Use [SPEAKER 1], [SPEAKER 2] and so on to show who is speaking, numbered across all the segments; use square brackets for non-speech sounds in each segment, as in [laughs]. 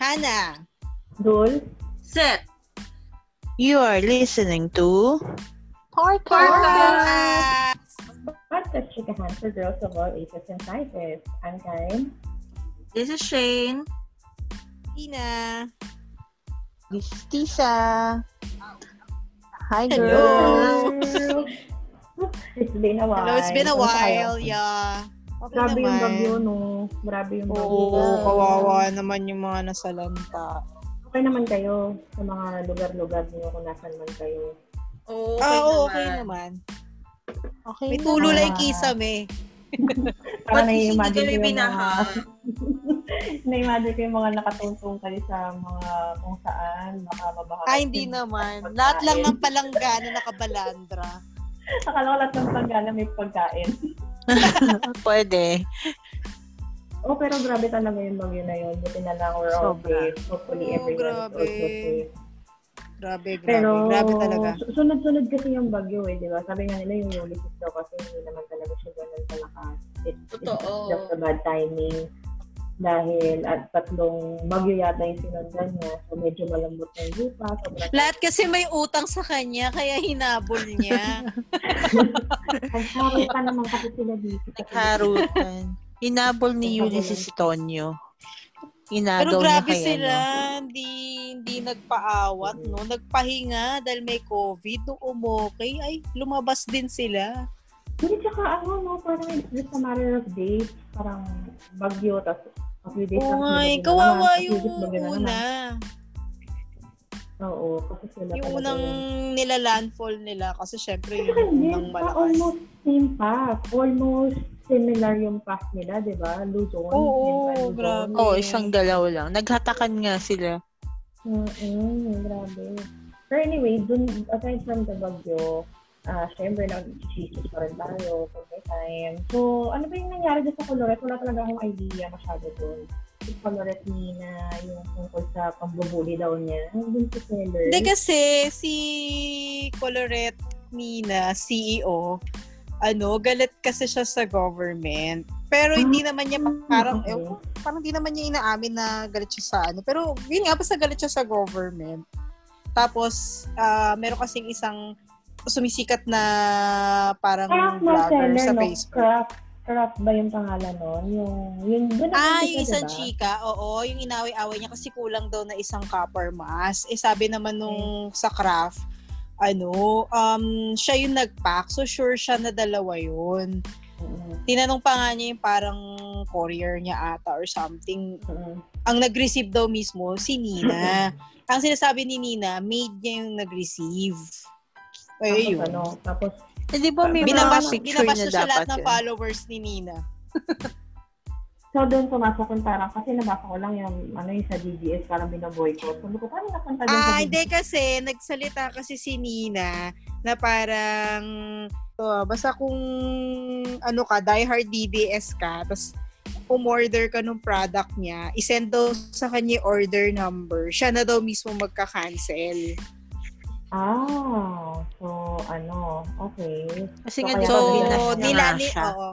[SPEAKER 1] Hannah,
[SPEAKER 2] Dul.
[SPEAKER 3] Set.
[SPEAKER 4] You are listening to
[SPEAKER 3] Podcast.
[SPEAKER 2] Podcast Chikahan for girls of all ages and sizes. I'm Karen.
[SPEAKER 3] This is Shane.
[SPEAKER 1] Tina.
[SPEAKER 4] This is Tisa. Hi,
[SPEAKER 1] Hello.
[SPEAKER 4] girls.
[SPEAKER 2] [laughs] It's been a while.
[SPEAKER 1] Hello, it's been a
[SPEAKER 2] Kamusta
[SPEAKER 1] while,
[SPEAKER 2] kayo?
[SPEAKER 1] yeah. Okay
[SPEAKER 2] Grabe yung
[SPEAKER 1] naman.
[SPEAKER 2] bagyo, no? Grabe yung bagyo.
[SPEAKER 4] Oo, kawawa naman yung mga nasalanta.
[SPEAKER 2] Okay naman kayo sa mga lugar-lugar niyo kung nasan man kayo.
[SPEAKER 3] Oh,
[SPEAKER 4] Ah, oo, okay naman. Okay
[SPEAKER 1] May
[SPEAKER 4] naman.
[SPEAKER 1] tulo
[SPEAKER 2] naman.
[SPEAKER 1] lang yung kisame.
[SPEAKER 3] Ba't
[SPEAKER 2] Parang
[SPEAKER 3] hindi
[SPEAKER 2] na-imagine
[SPEAKER 3] kami
[SPEAKER 2] ko yung
[SPEAKER 3] binaha?
[SPEAKER 2] [laughs] mga- Na-imagine ko yung mga nakatungtong kayo sa mga kung saan, baka mabaha.
[SPEAKER 1] Ay, hindi naman. Lahat lang ng palangga na nakabalandra.
[SPEAKER 2] [laughs] Akala ko lahat ng panggana may pagkain.
[SPEAKER 4] Pwede.
[SPEAKER 2] Oh, pero grabe talaga yung bagyo na yun. Buti na lang we're all
[SPEAKER 4] Sobra.
[SPEAKER 2] safe. Hopefully
[SPEAKER 1] Oo,
[SPEAKER 2] everyone is
[SPEAKER 1] grabe.
[SPEAKER 2] also safe.
[SPEAKER 1] Grabe, grabe.
[SPEAKER 2] Pero,
[SPEAKER 1] grabe talaga.
[SPEAKER 2] su- sunod-sunod kasi yung bagyo eh, di ba? Sabi nga nila yung Ulysses daw kasi hindi naman talaga siya ganun kalakas. It,
[SPEAKER 3] Totoo.
[SPEAKER 2] It's just a bad timing. Dahil at tatlong bagyo yata yung sinundan niya. So medyo malambot na yung lupa. Sobrang
[SPEAKER 1] Lahat kasi may utang sa kanya, kaya hinabol
[SPEAKER 2] [laughs]
[SPEAKER 1] niya.
[SPEAKER 2] nagkaroon pa naman kasi sila dito.
[SPEAKER 4] Nagharutan. Inabol ni Ulysses si Tonyo.
[SPEAKER 1] Pero
[SPEAKER 4] Inagaw
[SPEAKER 1] grabe
[SPEAKER 4] niya kay
[SPEAKER 1] sila,
[SPEAKER 4] ano.
[SPEAKER 1] hindi, hindi nagpaawat, no? Nagpahinga dahil may COVID. Nung umokay, ay, lumabas din sila.
[SPEAKER 2] Hindi, tsaka ano, no, parang it's just a matter of days. Parang bagyo, tapos a few days.
[SPEAKER 1] Oo
[SPEAKER 2] tapos
[SPEAKER 1] nga, eh,
[SPEAKER 2] bagyo na
[SPEAKER 1] kawawa
[SPEAKER 2] naman, tapos
[SPEAKER 1] yung
[SPEAKER 2] bigit bagyo na ah. naman.
[SPEAKER 1] una.
[SPEAKER 2] Oo, kasi sila
[SPEAKER 1] Yung
[SPEAKER 2] talaga
[SPEAKER 1] unang
[SPEAKER 2] yun.
[SPEAKER 1] nila landfall nila kasi syempre
[SPEAKER 2] Tsaka
[SPEAKER 1] yung
[SPEAKER 2] hindi,
[SPEAKER 1] unang
[SPEAKER 2] pa
[SPEAKER 1] malakas.
[SPEAKER 2] almost same path. Almost similar yung path nila, di ba? Luzon.
[SPEAKER 1] Oo,
[SPEAKER 2] same pa, Luzon.
[SPEAKER 1] grabe.
[SPEAKER 4] Oo, isang galaw lang. Naghatakan nga sila.
[SPEAKER 2] Mm-mm, grabe. Pero anyway, dun, aside from the bagyo, ah syempre, nag-cheeses pa rin tayo for the time. So, ano ba yung nangyari dun sa Colores? Wala talaga akong idea masyado dun. Yung Colores ni na yung tungkol sa pambubuli daw niya. Dun sa seller.
[SPEAKER 1] Hindi kasi si Colorette Nina, CEO, ano, galit kasi siya sa government. Pero hindi naman niya pa- parang,
[SPEAKER 2] Ah, okay.
[SPEAKER 1] ewan ko, parang hindi naman niya inaamin na galit siya sa ano. Pero yun nga, basta galit siya sa government. Tapos, ah, meron kasing isang sumisikat na parang
[SPEAKER 2] Craft na
[SPEAKER 1] vlogger
[SPEAKER 2] seller,
[SPEAKER 1] sa
[SPEAKER 2] no?
[SPEAKER 1] Facebook.
[SPEAKER 2] Craft. Craft ba yung pangalan nun? Yung, yung, dun ako
[SPEAKER 1] Ah,
[SPEAKER 2] nakita,
[SPEAKER 1] yung isang
[SPEAKER 2] diba?
[SPEAKER 1] chika, oo, yung inaway-away niya kasi kulang daw na isang copper mass. Eh sabi naman nung
[SPEAKER 2] Hmm.
[SPEAKER 1] sa craft, ano, um, siya yung nag-pack, so sure siya na dalawa yun.
[SPEAKER 2] Mm-mm,
[SPEAKER 1] Tinanong pa nga niya yung parang courier niya ata or something.
[SPEAKER 2] mm-mm.
[SPEAKER 1] Ang nag-receive daw mismo, si
[SPEAKER 4] [laughs]
[SPEAKER 1] Nina. Ang sinasabi ni Nina, maid niya yung nag-receive.
[SPEAKER 2] Tapos
[SPEAKER 1] Ay, yun.
[SPEAKER 2] ano, tapos
[SPEAKER 4] Eh, di ba may
[SPEAKER 1] Binabash,
[SPEAKER 4] mga picture
[SPEAKER 1] binabash
[SPEAKER 4] na
[SPEAKER 1] na siya lahat
[SPEAKER 4] dapat
[SPEAKER 1] ng
[SPEAKER 4] yun?
[SPEAKER 1] followers ni Nina.
[SPEAKER 2] So, doon pumasok yung parang, kasi nabasa ko lang yung, ano yung sa DGS, parang binaboycott. Sabi ko, paano
[SPEAKER 4] Ano
[SPEAKER 2] napunta doon
[SPEAKER 1] Ah,
[SPEAKER 2] sa
[SPEAKER 1] hindi
[SPEAKER 2] DGS?
[SPEAKER 1] kasi nagsalita kasi si Nina na parang to, basta kung ano ka, diehard DBS ka, tapos umorder ka ng product niya, isend daw sa kanya yung order number. Siya na daw mismo magka-cancel.
[SPEAKER 2] Ah, so, ano, okay.
[SPEAKER 4] Kasi
[SPEAKER 2] So,
[SPEAKER 4] nga,
[SPEAKER 2] kaya
[SPEAKER 4] di ba,
[SPEAKER 1] So,
[SPEAKER 2] binash
[SPEAKER 4] binash na
[SPEAKER 1] nila,
[SPEAKER 4] nga
[SPEAKER 1] ni,
[SPEAKER 4] siya.
[SPEAKER 1] oo.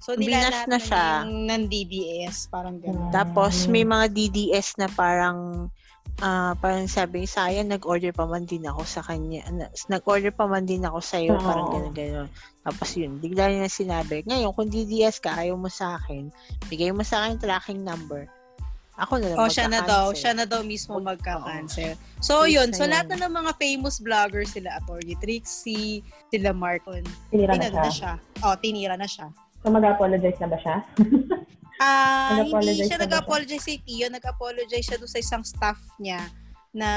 [SPEAKER 1] So,
[SPEAKER 4] Binash
[SPEAKER 1] nila
[SPEAKER 4] na siya.
[SPEAKER 1] ng DBS, parang gano'n.
[SPEAKER 4] Tapos, may mga DDS na parang, ah, parang sabi, sayang, nag-order pa man din ako sa kanya. Na- Nag-order pa man din ako sa'yo,
[SPEAKER 2] Oo.
[SPEAKER 4] parang gano'n, gano'n. Tapos yun, bigla niya sinabi, ngayon, kung DDS ka, ayaw mo sa akin, bigay mo sa akin tracking number. Ako na lang
[SPEAKER 1] O, Oh, siya na daw.
[SPEAKER 4] magka-cancel."
[SPEAKER 1] Siya na daw mismo magka-cancel. So,
[SPEAKER 4] Yes,
[SPEAKER 1] yun. So,
[SPEAKER 4] ayun.
[SPEAKER 1] lahat na ng mga famous vloggers sila, Attorney Trixie, sila Marcon.
[SPEAKER 2] Tinira na
[SPEAKER 1] Tinira na
[SPEAKER 2] siya.
[SPEAKER 1] siya. O, tinira na siya.
[SPEAKER 2] So, mag-apologize na ba siya?
[SPEAKER 1] Ah, hindi
[SPEAKER 2] Nag-apologize
[SPEAKER 1] siya
[SPEAKER 2] na ba siya?
[SPEAKER 1] nag-apologize kay Tio. Nag-apologize siya doon sa isang staff niya na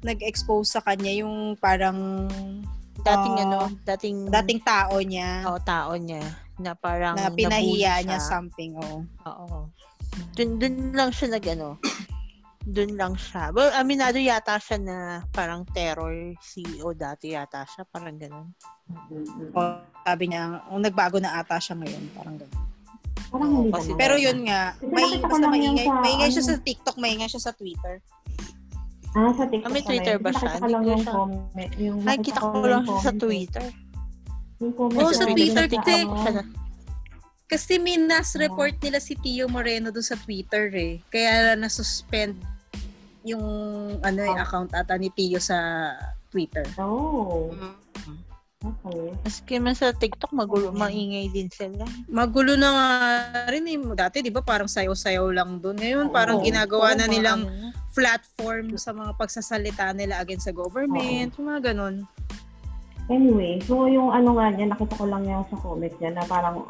[SPEAKER 1] nag-expose sa kanya yung parang
[SPEAKER 4] Dating
[SPEAKER 1] Ah,
[SPEAKER 4] ano, dating,
[SPEAKER 1] dating tao niya
[SPEAKER 4] oh, tao niya na parang
[SPEAKER 1] na pinahiya
[SPEAKER 4] nabully
[SPEAKER 1] niya
[SPEAKER 4] siya.
[SPEAKER 1] something. Oh.
[SPEAKER 4] Oo. Dun, dun lang siya nag ano, [coughs] dun lang siya. Well, aminado yata siya na parang terror CEO dati yata siya, parang ganun.
[SPEAKER 1] O, sabi niya, oh, nagbago na ata siya ngayon. Parang ganun.
[SPEAKER 2] Parang
[SPEAKER 4] Oo,
[SPEAKER 2] hindi
[SPEAKER 4] kasi-
[SPEAKER 2] kasi,
[SPEAKER 1] Pero yun nga,
[SPEAKER 2] Kasi
[SPEAKER 1] may,
[SPEAKER 2] nakita ko
[SPEAKER 1] basta
[SPEAKER 2] lang yun
[SPEAKER 1] maingay,
[SPEAKER 2] sa
[SPEAKER 1] maingay siya
[SPEAKER 2] ano.
[SPEAKER 1] sa TikTok, maingay siya sa Twitter.
[SPEAKER 2] Ah, sa TikTok
[SPEAKER 4] Ah, may
[SPEAKER 2] pala
[SPEAKER 4] Twitter
[SPEAKER 2] yun.
[SPEAKER 4] ba
[SPEAKER 2] Nakita
[SPEAKER 4] siya?
[SPEAKER 2] ko lang
[SPEAKER 4] Hindi ko
[SPEAKER 2] yung
[SPEAKER 4] siya-
[SPEAKER 2] comment. Yung nakita
[SPEAKER 4] Nakita ko
[SPEAKER 2] yung
[SPEAKER 4] lang siya sa Oh,
[SPEAKER 2] comment eh.
[SPEAKER 4] Twitter.
[SPEAKER 2] Yung comment
[SPEAKER 1] Oo,
[SPEAKER 2] ko
[SPEAKER 1] sa
[SPEAKER 2] lang
[SPEAKER 1] Twitter
[SPEAKER 2] yun
[SPEAKER 1] kasi.
[SPEAKER 2] ano.
[SPEAKER 4] Siya na,
[SPEAKER 1] Kasi minas report nila si Tio Moreno doon sa Twitter eh. Kaya nasuspend yung ano yung
[SPEAKER 2] Ah.
[SPEAKER 1] account ata ni Tio sa Twitter.
[SPEAKER 2] Oh,
[SPEAKER 1] Mm-hmm.
[SPEAKER 2] okay.
[SPEAKER 4] Maski man sa TikTok, magulo, maingay din sila.
[SPEAKER 1] Magulo na nga rin eh. Dati di ba parang sayaw-sayaw lang doon. Ngayon parang
[SPEAKER 2] Oo.
[SPEAKER 1] ginagawa na
[SPEAKER 4] Oo, mga
[SPEAKER 1] nilang
[SPEAKER 4] ano.
[SPEAKER 1] platform sa mga pagsasalita nila against sa government. Yung mga ganun.
[SPEAKER 2] Anyway, so yung ano nga niya, nakita ko lang yung sa comment niya na parang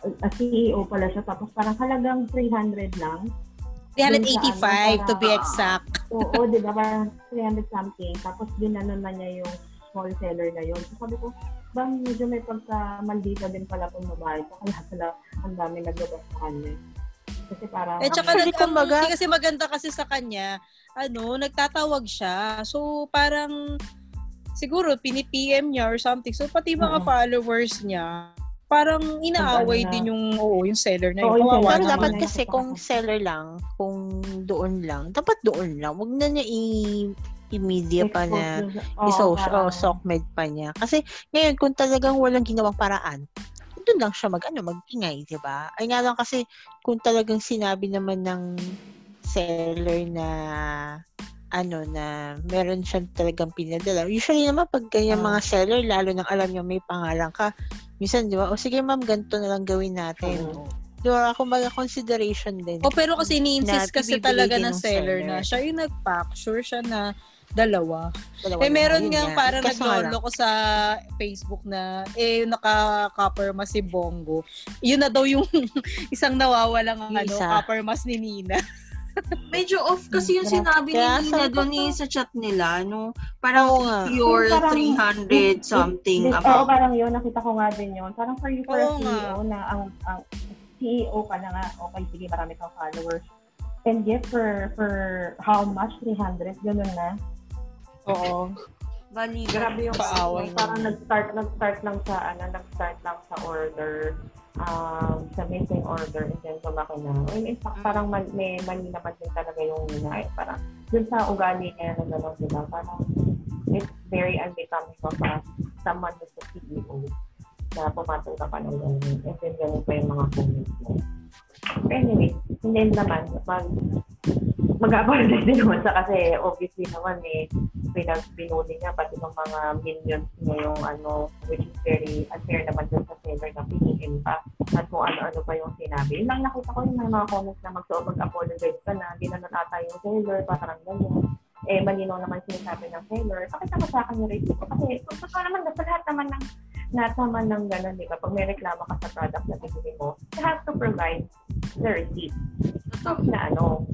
[SPEAKER 2] uh, a CEO pala siya. Tapos parang halagang 300 lang.
[SPEAKER 1] 385 to be
[SPEAKER 2] Ah.
[SPEAKER 1] exact.
[SPEAKER 2] Oo, di ba? Parang 300 something. Tapos ginano na niya yung small seller na yun. So sabi ko, bang medyo may pagka maldita din pala pong babae. So kaya pala ang dami nagbabas sa kanya. Kasi parang...
[SPEAKER 1] Eh tsaka nag-
[SPEAKER 4] Actually,
[SPEAKER 1] ang-
[SPEAKER 4] kumbaga-
[SPEAKER 1] hindi kasi maganda kasi sa kanya, ano, nagtatawag siya. So parang siguro pini-PM niya or something. So pati mga
[SPEAKER 2] Oo.
[SPEAKER 1] followers niya, parang inaaway
[SPEAKER 2] Ano na.
[SPEAKER 1] din yung oo, yung seller na
[SPEAKER 2] Oo,
[SPEAKER 1] yun.
[SPEAKER 2] yung
[SPEAKER 1] Kawawa
[SPEAKER 4] Pero
[SPEAKER 2] Wala
[SPEAKER 4] dapat
[SPEAKER 2] naman.
[SPEAKER 4] kasi kung seller lang, kung doon lang, dapat doon lang. Huwag na niya i- i-media pa na i-social,
[SPEAKER 1] ano.
[SPEAKER 2] ano.
[SPEAKER 4] oh, socmed pa niya. Kasi ngayon, kung talagang walang ginawang paraan, doon lang siya mag, ano, mag-ingay, di ba? Ay nga lang kasi, kung talagang sinabi naman ng seller na ano na meron siyang talagang pinadala. Usually naman pag ganyan
[SPEAKER 2] Ah.
[SPEAKER 4] mga seller, lalo nang alam niya may pangalan ka, minsan di ba, o sige ma'am, ganito na lang gawin natin.
[SPEAKER 2] Oo.
[SPEAKER 4] Di ba, kumbaga consideration din.
[SPEAKER 1] O Oh, pero kasi ni-insist
[SPEAKER 4] Na
[SPEAKER 1] kasi
[SPEAKER 4] bibigay
[SPEAKER 1] talaga ng
[SPEAKER 4] din ng
[SPEAKER 1] seller
[SPEAKER 4] seller.
[SPEAKER 1] na siya yung nag-pacture siya na dalawa.
[SPEAKER 4] Dalawa
[SPEAKER 1] Eh
[SPEAKER 4] lang,
[SPEAKER 1] meron
[SPEAKER 4] yun
[SPEAKER 1] nga
[SPEAKER 4] nga.
[SPEAKER 1] parang
[SPEAKER 4] Kaso nga lang,
[SPEAKER 1] naglolo ko sa Facebook na eh naka-coppermas si Bongo. Yun na daw yung [laughs] isang nawawalang ano,
[SPEAKER 4] Yung isa.
[SPEAKER 1] coppermas ni Nina.
[SPEAKER 3] Medyo off kasi yung
[SPEAKER 4] Grabe.
[SPEAKER 3] sinabi ni
[SPEAKER 4] Kaya
[SPEAKER 3] Nina
[SPEAKER 4] sabi ko
[SPEAKER 3] doon eh, sa chat nila, no? Parang
[SPEAKER 4] Oo nga.
[SPEAKER 3] pure
[SPEAKER 2] Yung parang-
[SPEAKER 3] 300 something
[SPEAKER 2] Oo,
[SPEAKER 3] about.
[SPEAKER 2] parang yun. Nakita ko nga din yun. Parang for you for a
[SPEAKER 1] Oo nga.
[SPEAKER 2] CEO na ang, ang CEO ka na nga, okay, sige, marami kang followers. And yet, for, for how much? 300? Ganun na.
[SPEAKER 1] Oo.
[SPEAKER 3] Bali,
[SPEAKER 2] Grabe yung
[SPEAKER 1] Kaaway
[SPEAKER 2] Yung Parang nag-start, nag-start lang sa, ano, nag-start lang sa order, um, sa missing order, and then lumaki na. And in fact, parang man, may mali naman din talaga yung nina. Eh, parang, dun sa ugali niya na gano'n, di ba? Parang, it's very unbecoming of a, someone who's a CEO na pumatong ka pa ng ganun. And then, ganun pa yung mga comments niya. But anyway, and then naman, mag, mag-apologize din naman siya kasi obviously naman eh, pinag binuli niya pati ng mga minions niya yung ano which is very unfair naman dun sa seller na piniin pa at kung ano-ano pa yung sinabi. Yun lang nakita ko yung mga comments na magso mag-apologize ka na ginanon ata yung seller parang ganyan. Eh, malinaw naman sinasabi ng seller. Pakita mo sa akin yung rate ko. Kasi kung totoo naman, nasa lahat naman ng lahat naman ng ganun, di ba? Pag may reklamo ka sa product na binili mo, you have to provide the receipt. Proof na ano.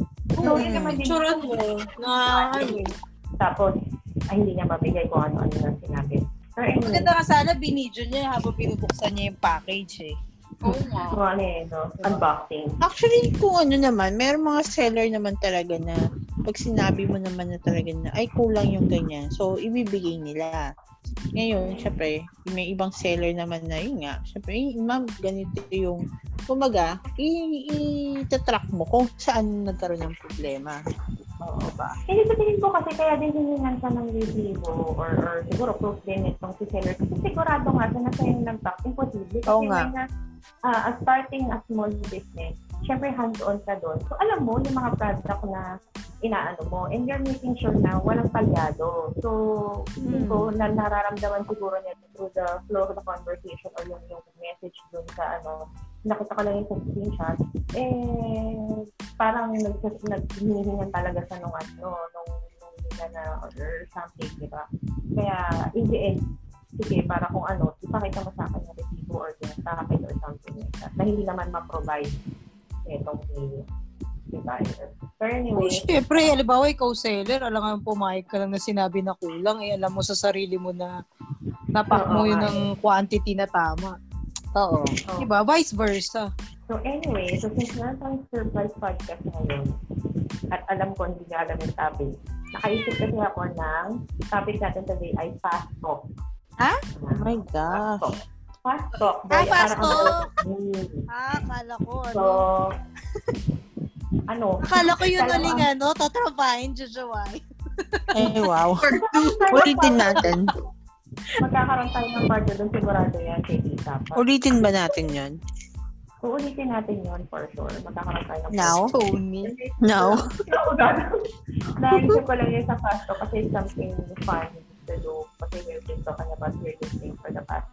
[SPEAKER 2] So, yun naman din.
[SPEAKER 1] Tsuran mo. Na, ano.
[SPEAKER 2] Tapos, ay, hindi niya mabigay kung ano-ano na sinabi. Pero anyway,
[SPEAKER 1] Maganda nga sana, binidyo niya habang binubuksan niya yung package eh.
[SPEAKER 3] Oo nga.
[SPEAKER 2] kung ano eh, no? Unboxing.
[SPEAKER 4] Actually, kung ano naman, may mga seller naman talaga na pag sinabi mo naman na talaga na ay kulang yung ganyan. So, ibibigay nila. Ngayon, syempre, may ibang seller naman na yun nga. Syempre, "Eh, ma'am, ganito yung kumaga, i-track mo kung saan nagkaroon ng problema.
[SPEAKER 2] Oo ba? Hindi sa tingin ko kasi kaya din hiningan siya ng resibo or, or siguro proof din itong si seller. Kasi sigurado nga siya na siya yung nag-talk. Imposible. Kasi
[SPEAKER 4] Oo nga.
[SPEAKER 2] may na, ah, as starting a small business, syempre hands-on ka doon. So alam mo yung mga product na inaano mo and you're making sure na walang palyado. So, hindi ko na nararamdaman siguro niya through the flow of the conversation or yung, yung message doon sa ano, nakita ko lang yung sa screenshot, eh, parang nag naghinihingan talaga siya nung ano, nung, nung nila na order something, di ba? Kaya, in the end, sige, para kung ano, ipakita mo sa akin yung resibo or yung sakit or something like that, na hindi naman ma-provide itong si si buyer. But anyway,
[SPEAKER 1] Siyempre, halimbawa ikaw seller, alam nga pumayag ka lang na sinabi na kulang, eh alam mo sa sarili mo na napak mo
[SPEAKER 2] Oo,
[SPEAKER 1] yun
[SPEAKER 2] nga
[SPEAKER 1] ng quantity na tama.
[SPEAKER 4] Oo.
[SPEAKER 2] oh.
[SPEAKER 1] Diba? Vice versa.
[SPEAKER 2] So anyway, so since meron tayong surprise podcast ngayon, at alam ko hindi niya alam yung topic, nakaisip kasi ako ng topic natin today ay fast talk.
[SPEAKER 1] Ha?
[SPEAKER 2] Ah,
[SPEAKER 4] Oh my
[SPEAKER 2] Fast
[SPEAKER 4] gosh.
[SPEAKER 2] talk. Fast talk.
[SPEAKER 1] Ah,
[SPEAKER 2] Boy, ano
[SPEAKER 1] fast
[SPEAKER 2] parang-
[SPEAKER 1] talk.
[SPEAKER 2] Hmm.
[SPEAKER 1] Ah, akala ko.
[SPEAKER 2] So, ano?
[SPEAKER 1] Akala ko yun
[SPEAKER 2] Dalawa.
[SPEAKER 1] aling ano, tatrabahin, Jujaway.
[SPEAKER 4] Ay, wow.
[SPEAKER 3] Or two.
[SPEAKER 4] Ulitin natin.
[SPEAKER 2] Magkakaroon tayo ng part doon, sigurado yan kay Tita.
[SPEAKER 4] Ulitin ba natin yun?
[SPEAKER 2] Uulitin natin yun for sure. Magkakaroon tayo ng
[SPEAKER 4] Now?
[SPEAKER 1] Tony.
[SPEAKER 2] [laughs]
[SPEAKER 4] No.
[SPEAKER 2] No, gano'n. Naisip ko lang yun sa past ko kasi it's something fun to do. Kasi we've been talking about weirdest thing for the past.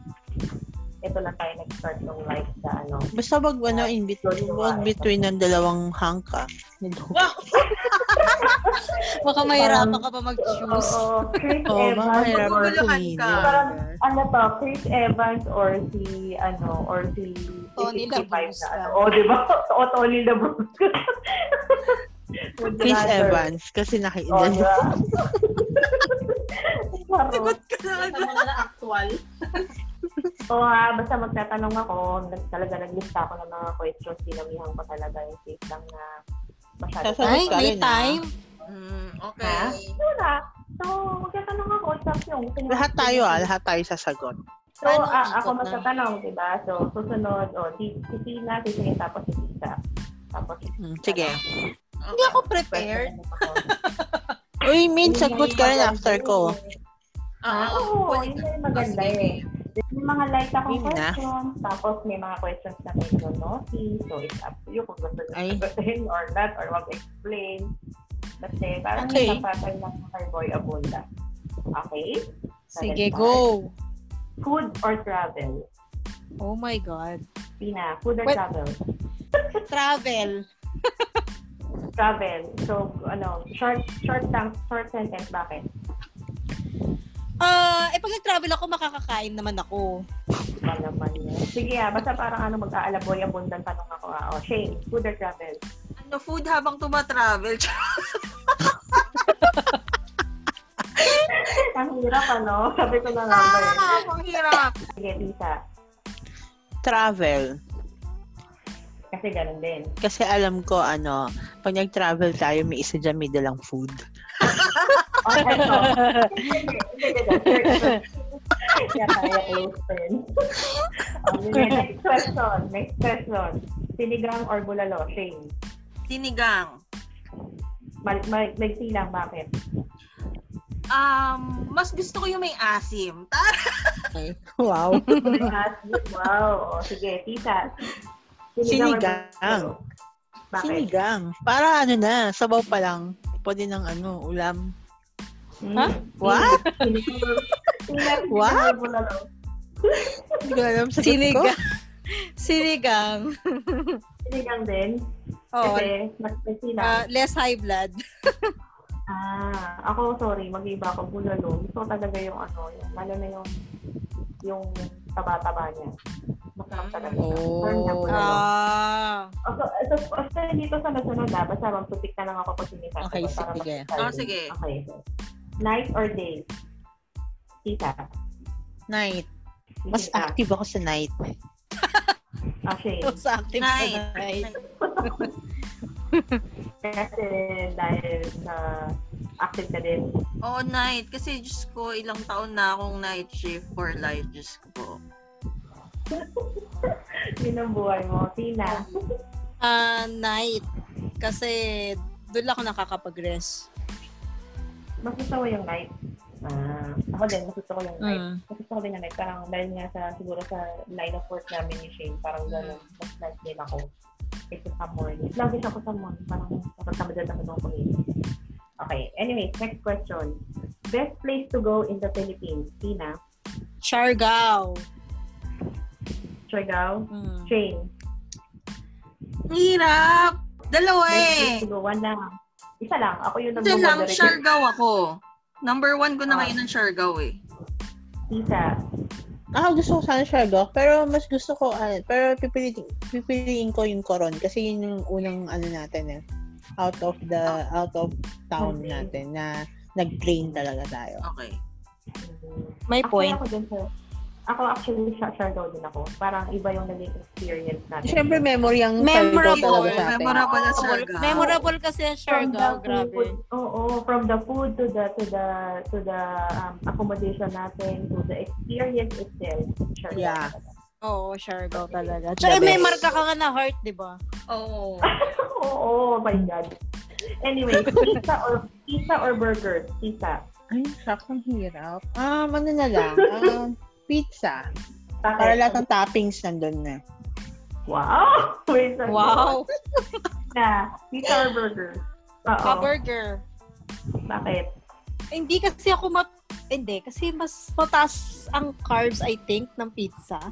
[SPEAKER 2] Ito lang tayo nag-start ng life sa ano.
[SPEAKER 4] Basta wag ano, in between, wag between ng dalawang hangka.
[SPEAKER 5] Baka mahirapan ka pa mag-choose.
[SPEAKER 2] Oo, Chris
[SPEAKER 4] Oo,
[SPEAKER 2] Evans.
[SPEAKER 4] baka mahirapan
[SPEAKER 3] Maguguluhan
[SPEAKER 4] pumili.
[SPEAKER 3] ka.
[SPEAKER 2] Ano ba, Chris Evans or si, ano, or si...
[SPEAKER 5] Tony
[SPEAKER 2] 55
[SPEAKER 5] Labrusca.
[SPEAKER 2] na ano. Oo, di ba? [laughs] Oo, Tony Labrusca. [laughs] Would you
[SPEAKER 4] Chris
[SPEAKER 2] rather-
[SPEAKER 4] Evans, kasi
[SPEAKER 2] Oo, di
[SPEAKER 4] nakiilan.
[SPEAKER 2] ba?
[SPEAKER 3] Sagot ka na agad. actual.
[SPEAKER 2] Oo nga, ah, basta magtatanong ako, nag, talaga naglista ako ng mga questions, sinamihan ko talaga yung face lang na masyado.
[SPEAKER 4] Sasagot
[SPEAKER 5] Ay,
[SPEAKER 4] ka
[SPEAKER 5] may
[SPEAKER 4] rin, ah.
[SPEAKER 5] time.
[SPEAKER 3] [laughs] Mm, okay.
[SPEAKER 2] Wala. So, magtatanong ako, tapos yung...
[SPEAKER 4] Lahat tayo ah, lahat tayo sasagot.
[SPEAKER 2] So,
[SPEAKER 5] Paano ikot
[SPEAKER 2] ah, ako
[SPEAKER 5] na?
[SPEAKER 2] magtatanong, di ba? So, susunod, o, oh, si, si Tina, si Tina, tapos si Tita. Tapos,
[SPEAKER 5] Hmm.
[SPEAKER 4] Mm, sige.
[SPEAKER 5] Hindi ako prepared.
[SPEAKER 4] Uy, Min, sagot ka rin after ko.
[SPEAKER 3] Ah,
[SPEAKER 2] Oo,
[SPEAKER 3] kulit.
[SPEAKER 2] yun yung maganda eh. May mga light akong
[SPEAKER 4] Yun na.
[SPEAKER 2] questions, tapos may mga questions na medyo naughty, so it's up to you kung gusto nyo
[SPEAKER 4] Ay.
[SPEAKER 2] sagutin or not, or wag explain. Kasi parang okay.
[SPEAKER 4] Okay.
[SPEAKER 2] napatay lang sa Carboy Abunda. Okay?
[SPEAKER 5] Sige, go.
[SPEAKER 2] Food or travel?
[SPEAKER 5] Oh my God.
[SPEAKER 2] Pina, food or
[SPEAKER 5] What?
[SPEAKER 2] travel?
[SPEAKER 5] Travel.
[SPEAKER 2] Travel. So, ano, short short term, short sentence, bakit?
[SPEAKER 5] Ah, eh pag nag-travel ako, makakakain naman ako.
[SPEAKER 2] Ba naman yun? Sige ah, basta parang ano, mag-aalaboy abundan tanong ako ah. Oh, Shane, food or travel?
[SPEAKER 3] Ano, food habang tumatravel. [laughs]
[SPEAKER 2] Ang hirap ano? [laughs] Sabi ko na nga ba eh.
[SPEAKER 3] Ah, ang hirap.
[SPEAKER 2] Sige, Lisa.
[SPEAKER 4] Travel.
[SPEAKER 2] Kasi ganun din.
[SPEAKER 5] [laughs]
[SPEAKER 4] Kasi alam ko, ano, pag nag-travel tayo, may isa dyan, may dalang food.
[SPEAKER 2] Oh, eto. Kaya tayo close friend. Okay, next question. Next question. Sinigang or bulalo? Shane.
[SPEAKER 3] Sinigang.
[SPEAKER 2] Mal- mal- nagsilang,
[SPEAKER 5] [laughs]
[SPEAKER 2] bakit?
[SPEAKER 3] Um, mas gusto ko yung may asim. Tara!
[SPEAKER 5] [laughs]
[SPEAKER 4] Wow.
[SPEAKER 2] wow. O, sige, tita.
[SPEAKER 4] Sinigang.
[SPEAKER 2] bulalo? Bakit?
[SPEAKER 4] Sinigang. Para ano na, sabaw pa lang. Pwede ng ano, ulam.
[SPEAKER 2] Hmm?
[SPEAKER 4] What?
[SPEAKER 2] Sinigang. Sinigang
[SPEAKER 4] What?
[SPEAKER 2] or bulalo?
[SPEAKER 4] Hindi ko alam sagot ko.
[SPEAKER 5] Sinigang. [laughs] Sinigang.
[SPEAKER 2] Sinigang din.
[SPEAKER 5] Oh,
[SPEAKER 2] Kasi, mas nagsilang.
[SPEAKER 5] ah, less high blood.
[SPEAKER 2] Ah, ako sorry, mag-iba ako bulalo. Gusto ko talaga yung ano, yung lalo na yung yung taba-taba niya. Masarap talaga. siya.
[SPEAKER 4] Oh.
[SPEAKER 2] Turn na
[SPEAKER 5] diba?
[SPEAKER 2] bulalo.
[SPEAKER 5] Ah.
[SPEAKER 2] Oh, so, so, so, dito sa nasunod na, basta magtupik na lang ako pag sinisasagot
[SPEAKER 4] Okay,
[SPEAKER 2] para
[SPEAKER 4] sige.
[SPEAKER 2] mag-decide.
[SPEAKER 3] Oh, sige.
[SPEAKER 2] Okay. Night or day? Tita.
[SPEAKER 4] Night. Mas
[SPEAKER 2] Tita.
[SPEAKER 4] active ako sa night.
[SPEAKER 2] Okay.
[SPEAKER 5] Sa active
[SPEAKER 3] Night.
[SPEAKER 5] sa night.
[SPEAKER 2] Kasi dahil sa active ka din.
[SPEAKER 3] Oh, night. Kasi, Diyos ko, ilang taon na akong night shift for life, Diyos ko.
[SPEAKER 2] Yun ang buhay mo. Tina.
[SPEAKER 5] Ah, night. Kasi doon lang ako nakakapag-rest.
[SPEAKER 2] mas gusto ko yung night. Ah, ako din, mas gusto ko yung night.
[SPEAKER 5] Mm.
[SPEAKER 2] Mas gusto ko din yung night. Parang dahil nga sa, siguro sa line of work namin ni Shane, parang gano'n, mas night din ako. Ito sa morning. Lagi ako sa morning. Parang kapagkamadad ako ng kumain. Okay. Anyway, next question. Best place to go in the Philippines? Tina,
[SPEAKER 5] Chargao.
[SPEAKER 2] Siargao,
[SPEAKER 5] Mm.
[SPEAKER 2] Shane.
[SPEAKER 3] Ang hirap! Dalawa
[SPEAKER 2] Best place
[SPEAKER 3] eh!
[SPEAKER 2] to go. One lang. Isa lang. Ako yung
[SPEAKER 3] Kasi lang,
[SPEAKER 2] nag-moderate.
[SPEAKER 3] Siargao ako. Number one ko na
[SPEAKER 2] Ah.
[SPEAKER 3] ngayon ng Siargao eh.
[SPEAKER 2] Tita.
[SPEAKER 4] Ah, gusto ko sana Siargao, pero mas gusto ko, ano, pero pipiliin, pipiliin ko yung Coron kasi yun yung unang ano natin eh. Out of the, out of town
[SPEAKER 2] Okay.
[SPEAKER 4] natin na nag-train talaga tayo.
[SPEAKER 3] Okay.
[SPEAKER 5] May
[SPEAKER 2] Actually,
[SPEAKER 5] point.
[SPEAKER 2] Ako din, sir. Ako actually, Siar- Siargao din ako. Parang iba yung naging experience natin.
[SPEAKER 4] Siyempre, memory ang
[SPEAKER 5] Memorable.
[SPEAKER 4] Siargao talaga sa atin.
[SPEAKER 3] Memorable na Siargao.
[SPEAKER 5] Memorable kasi ang Siargao. Grabe.
[SPEAKER 2] food, oo, from the food to the to the to the um, accommodation natin to the experience itself. Siargao.
[SPEAKER 4] Yeah.
[SPEAKER 5] Oo, Siargao talaga. Tsaka
[SPEAKER 4] The
[SPEAKER 5] may
[SPEAKER 4] best.
[SPEAKER 5] marka ka nga na heart, di [laughs] ba?
[SPEAKER 3] Oo.
[SPEAKER 2] [laughs] Oo, oh, my God. Anyway, pizza or pizza or burger? Pizza.
[SPEAKER 4] Ay, sakang hirap. Um, ano na lang, um, pizza. Para lahat ng toppings nandun na.
[SPEAKER 2] Wow! [laughs] Wait, sorry.
[SPEAKER 1] Wow.
[SPEAKER 2] Na, pizza or burger? Oo.
[SPEAKER 1] Ka-burger.
[SPEAKER 2] Bakit?
[SPEAKER 1] Hindi kasi ako ma... Hindi, kasi mas mataas ang carbs, I think, ng pizza.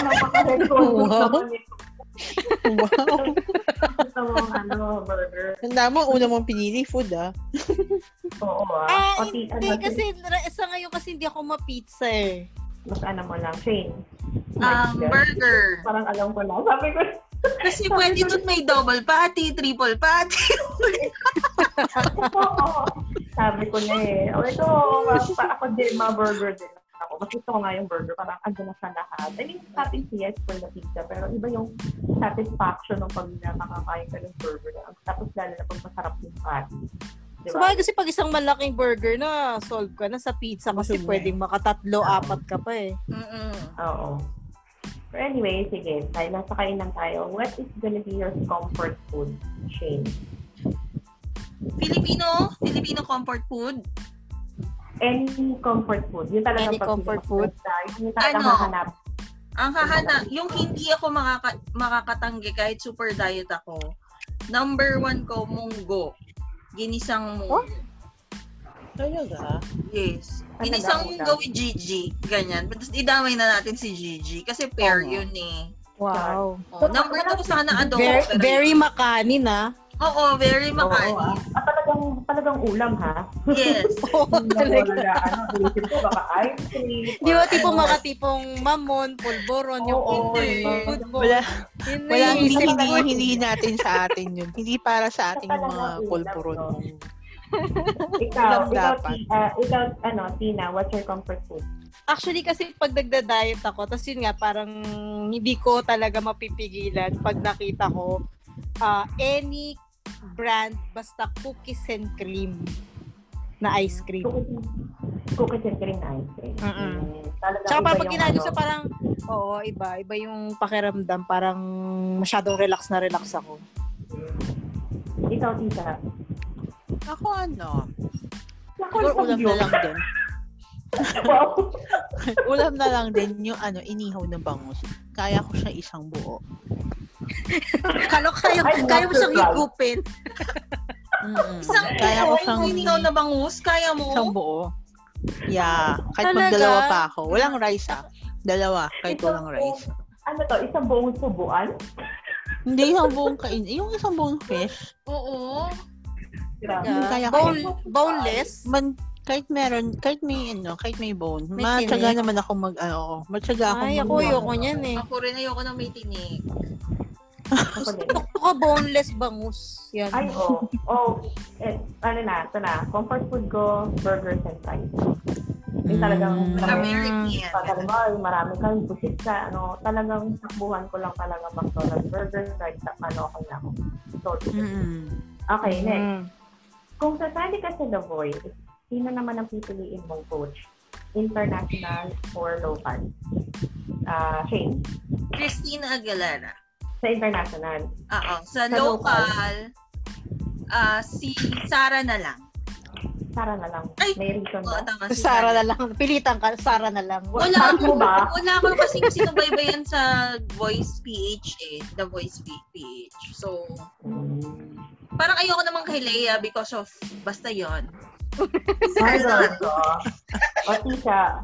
[SPEAKER 2] Wow, napaka-head cold.
[SPEAKER 4] Wow. Wow.
[SPEAKER 2] Gusto mong ano, burger.
[SPEAKER 4] Tanda mo, una mong pinili food ah.
[SPEAKER 2] Oo, ah.
[SPEAKER 1] Ah,
[SPEAKER 2] O, ti-
[SPEAKER 1] Hindi,
[SPEAKER 2] ano,
[SPEAKER 1] kasi ra- sa ngayon kasi hindi ako ma-pizza eh.
[SPEAKER 2] mas ano mo lang, Shane.
[SPEAKER 3] Um, burger.
[SPEAKER 2] Parang alam ko lang. Sabi ko, [laughs]
[SPEAKER 3] Kasi pwede doon may double patty, triple patty. [laughs]
[SPEAKER 2] oo. Sabi ko na eh. O ito, pa- pa, ako din, mga burger din ako. Mas gusto ko nga yung burger. Parang ando na sa lahat. I mean, sa ating yes for the pizza. Pero iba yung satisfaction ng pag nakakain ka ng burger. Tapos lalo na pag masarap yung patty. Di
[SPEAKER 1] So,
[SPEAKER 2] ba?
[SPEAKER 1] bagay kasi pag isang malaking burger na, solve ka na sa pizza kasi
[SPEAKER 2] Busog na eh.
[SPEAKER 1] pwedeng makatatlo,
[SPEAKER 2] Ah.
[SPEAKER 1] apat ka pa eh.
[SPEAKER 3] Mm-mm.
[SPEAKER 2] Oo. But anyway, sige. Dahil nasa kainan tayo, what is gonna be your comfort food, Shane?
[SPEAKER 3] Filipino, Filipino comfort food.
[SPEAKER 2] Any comfort food. Yung talaga
[SPEAKER 1] Any comfort food?
[SPEAKER 2] Yung talaga
[SPEAKER 3] Ano?
[SPEAKER 2] mahanap.
[SPEAKER 3] Ang hahana, yung hindi ako makaka- makakatanggi kahit super diet ako, number one ko, munggo. Ginisang munggo.
[SPEAKER 4] Talaga?
[SPEAKER 3] Yes.
[SPEAKER 2] Ano
[SPEAKER 3] Ginisang
[SPEAKER 2] daw,
[SPEAKER 3] munggo with Gigi. Ganyan. But idamay na natin si Gigi. Kasi pair
[SPEAKER 4] Oo.
[SPEAKER 3] yun eh.
[SPEAKER 1] Wow.
[SPEAKER 3] Oh, number two ko sana adobo.
[SPEAKER 1] Very,
[SPEAKER 3] pero-
[SPEAKER 1] very makanin ah.
[SPEAKER 3] Oo, very makain.
[SPEAKER 2] Oo, ah. Ah, talagang, talagang ulam, ha?
[SPEAKER 3] Yes.
[SPEAKER 1] Oo,
[SPEAKER 4] Oh,
[SPEAKER 1] talaga.
[SPEAKER 2] Wala, ano, inisip ko, baka ice cream.
[SPEAKER 1] Di ba tipo mga tipong mamon, pulboron, yung
[SPEAKER 2] Oo,
[SPEAKER 1] Kinder,
[SPEAKER 3] yung-
[SPEAKER 1] food mo.
[SPEAKER 4] Wala,
[SPEAKER 1] Yun na
[SPEAKER 4] wala
[SPEAKER 1] yung
[SPEAKER 4] hindi,
[SPEAKER 1] isip
[SPEAKER 4] hindi,
[SPEAKER 1] ko.
[SPEAKER 4] hindi natin sa atin yun. Hindi para sa ating
[SPEAKER 2] Talaga
[SPEAKER 4] mga
[SPEAKER 2] ulam,
[SPEAKER 4] kulturon. [laughs]
[SPEAKER 2] no? Ikaw,
[SPEAKER 4] Ulam
[SPEAKER 2] ikaw,
[SPEAKER 4] dapat. Mm.
[SPEAKER 2] ti- ah, ikaw, ano, Tina, what's your comfort food?
[SPEAKER 1] Actually, kasi pag nagda-diet ako, tapos yun nga, parang hindi ko talaga mapipigilan pag nakita ko ah, any brand, basta cookies and cream na ice cream.
[SPEAKER 2] Cookies and- Cookies and cream na ice cream.
[SPEAKER 1] Mm-mm.
[SPEAKER 2] Mm, talagang
[SPEAKER 1] Tsaka
[SPEAKER 2] iba
[SPEAKER 1] parang pag
[SPEAKER 2] yung
[SPEAKER 1] kinain ko
[SPEAKER 2] ano.
[SPEAKER 1] siya, parang, oo, iba. Iba yung pakiramdam. Parang masyadong relax na relax ako.
[SPEAKER 2] Ikaw, Tita.
[SPEAKER 4] Ako ano,
[SPEAKER 2] Nakal
[SPEAKER 4] siguro ulam na lang din.
[SPEAKER 2] [laughs] Wow.
[SPEAKER 4] Ulam na lang din yung ano, inihaw ng bangus. Kaya ko siya isang buo.
[SPEAKER 1] Kalo kayo,
[SPEAKER 2] Ay,
[SPEAKER 1] kayo mo siyang
[SPEAKER 2] natural.
[SPEAKER 1] higupin.
[SPEAKER 4] Mm-mm.
[SPEAKER 3] Isang
[SPEAKER 4] Kaya ko
[SPEAKER 3] buo,
[SPEAKER 4] siyang
[SPEAKER 3] yung inihaw na bangus, kaya mo?
[SPEAKER 4] isang buo. Yeah, kahit
[SPEAKER 1] Talaga?
[SPEAKER 4] magdalawa pa ako. Walang rice ah. Dalawa, kahit walang rice.
[SPEAKER 2] Ano to, isang buong subuan?
[SPEAKER 4] Hindi isang buong kain. Yung isang buong fish,
[SPEAKER 3] Oo.
[SPEAKER 2] Grabe.
[SPEAKER 1] Yeah.
[SPEAKER 4] Kaya-
[SPEAKER 1] Bone, boneless.
[SPEAKER 4] man, kahit meron, kahit may ano, kahit may bone,
[SPEAKER 1] May
[SPEAKER 4] matyaga
[SPEAKER 1] tinik.
[SPEAKER 4] naman ako mag, ano, matyaga ako
[SPEAKER 1] Ay,
[SPEAKER 4] mag-
[SPEAKER 1] ako ayoko niyan eh.
[SPEAKER 3] Ako rin ayoko na may tinik.
[SPEAKER 2] Ako din.
[SPEAKER 1] Gusto ko boneless bangus. Yan.
[SPEAKER 2] Ay, oo. Oh. eh, ano na, ito na. Comfort food ko, burgers and fries. Yung
[SPEAKER 4] Mm.
[SPEAKER 2] talagang marami,
[SPEAKER 3] American.
[SPEAKER 2] pagkalmay, marami kang busit ka, ano, talagang takbuhan ko lang talaga McDonald's burgers, fries, at ano, okay na ako. So,
[SPEAKER 4] Mm-mm.
[SPEAKER 2] okay, next.
[SPEAKER 1] Mm.
[SPEAKER 2] Kung sasali ka sa The Voice, sino naman ang pipiliin mong coach? International or local? Ah, Shane,
[SPEAKER 3] Christina Aguilera.
[SPEAKER 2] sa international.
[SPEAKER 3] Oo. Sa,
[SPEAKER 2] Sa
[SPEAKER 3] local,
[SPEAKER 2] local.
[SPEAKER 3] ah, si Sara na lang.
[SPEAKER 2] Sara na lang.
[SPEAKER 3] Ay!
[SPEAKER 2] May reason
[SPEAKER 3] Oo,
[SPEAKER 2] ba?
[SPEAKER 3] tama. Si
[SPEAKER 1] Sara na lang. Pilitan ka. Sara na lang.
[SPEAKER 2] Pass
[SPEAKER 3] Wala
[SPEAKER 2] mo
[SPEAKER 3] ako.
[SPEAKER 2] ba?
[SPEAKER 3] [laughs] Wala ako kasing sinubaybayan sa Voice PH eh. The Voice PH. So,
[SPEAKER 2] Mm.
[SPEAKER 3] parang ayoko naman kay Leia because of, basta
[SPEAKER 2] [laughs]
[SPEAKER 3] yon.
[SPEAKER 2] Margot, oh. O, tita,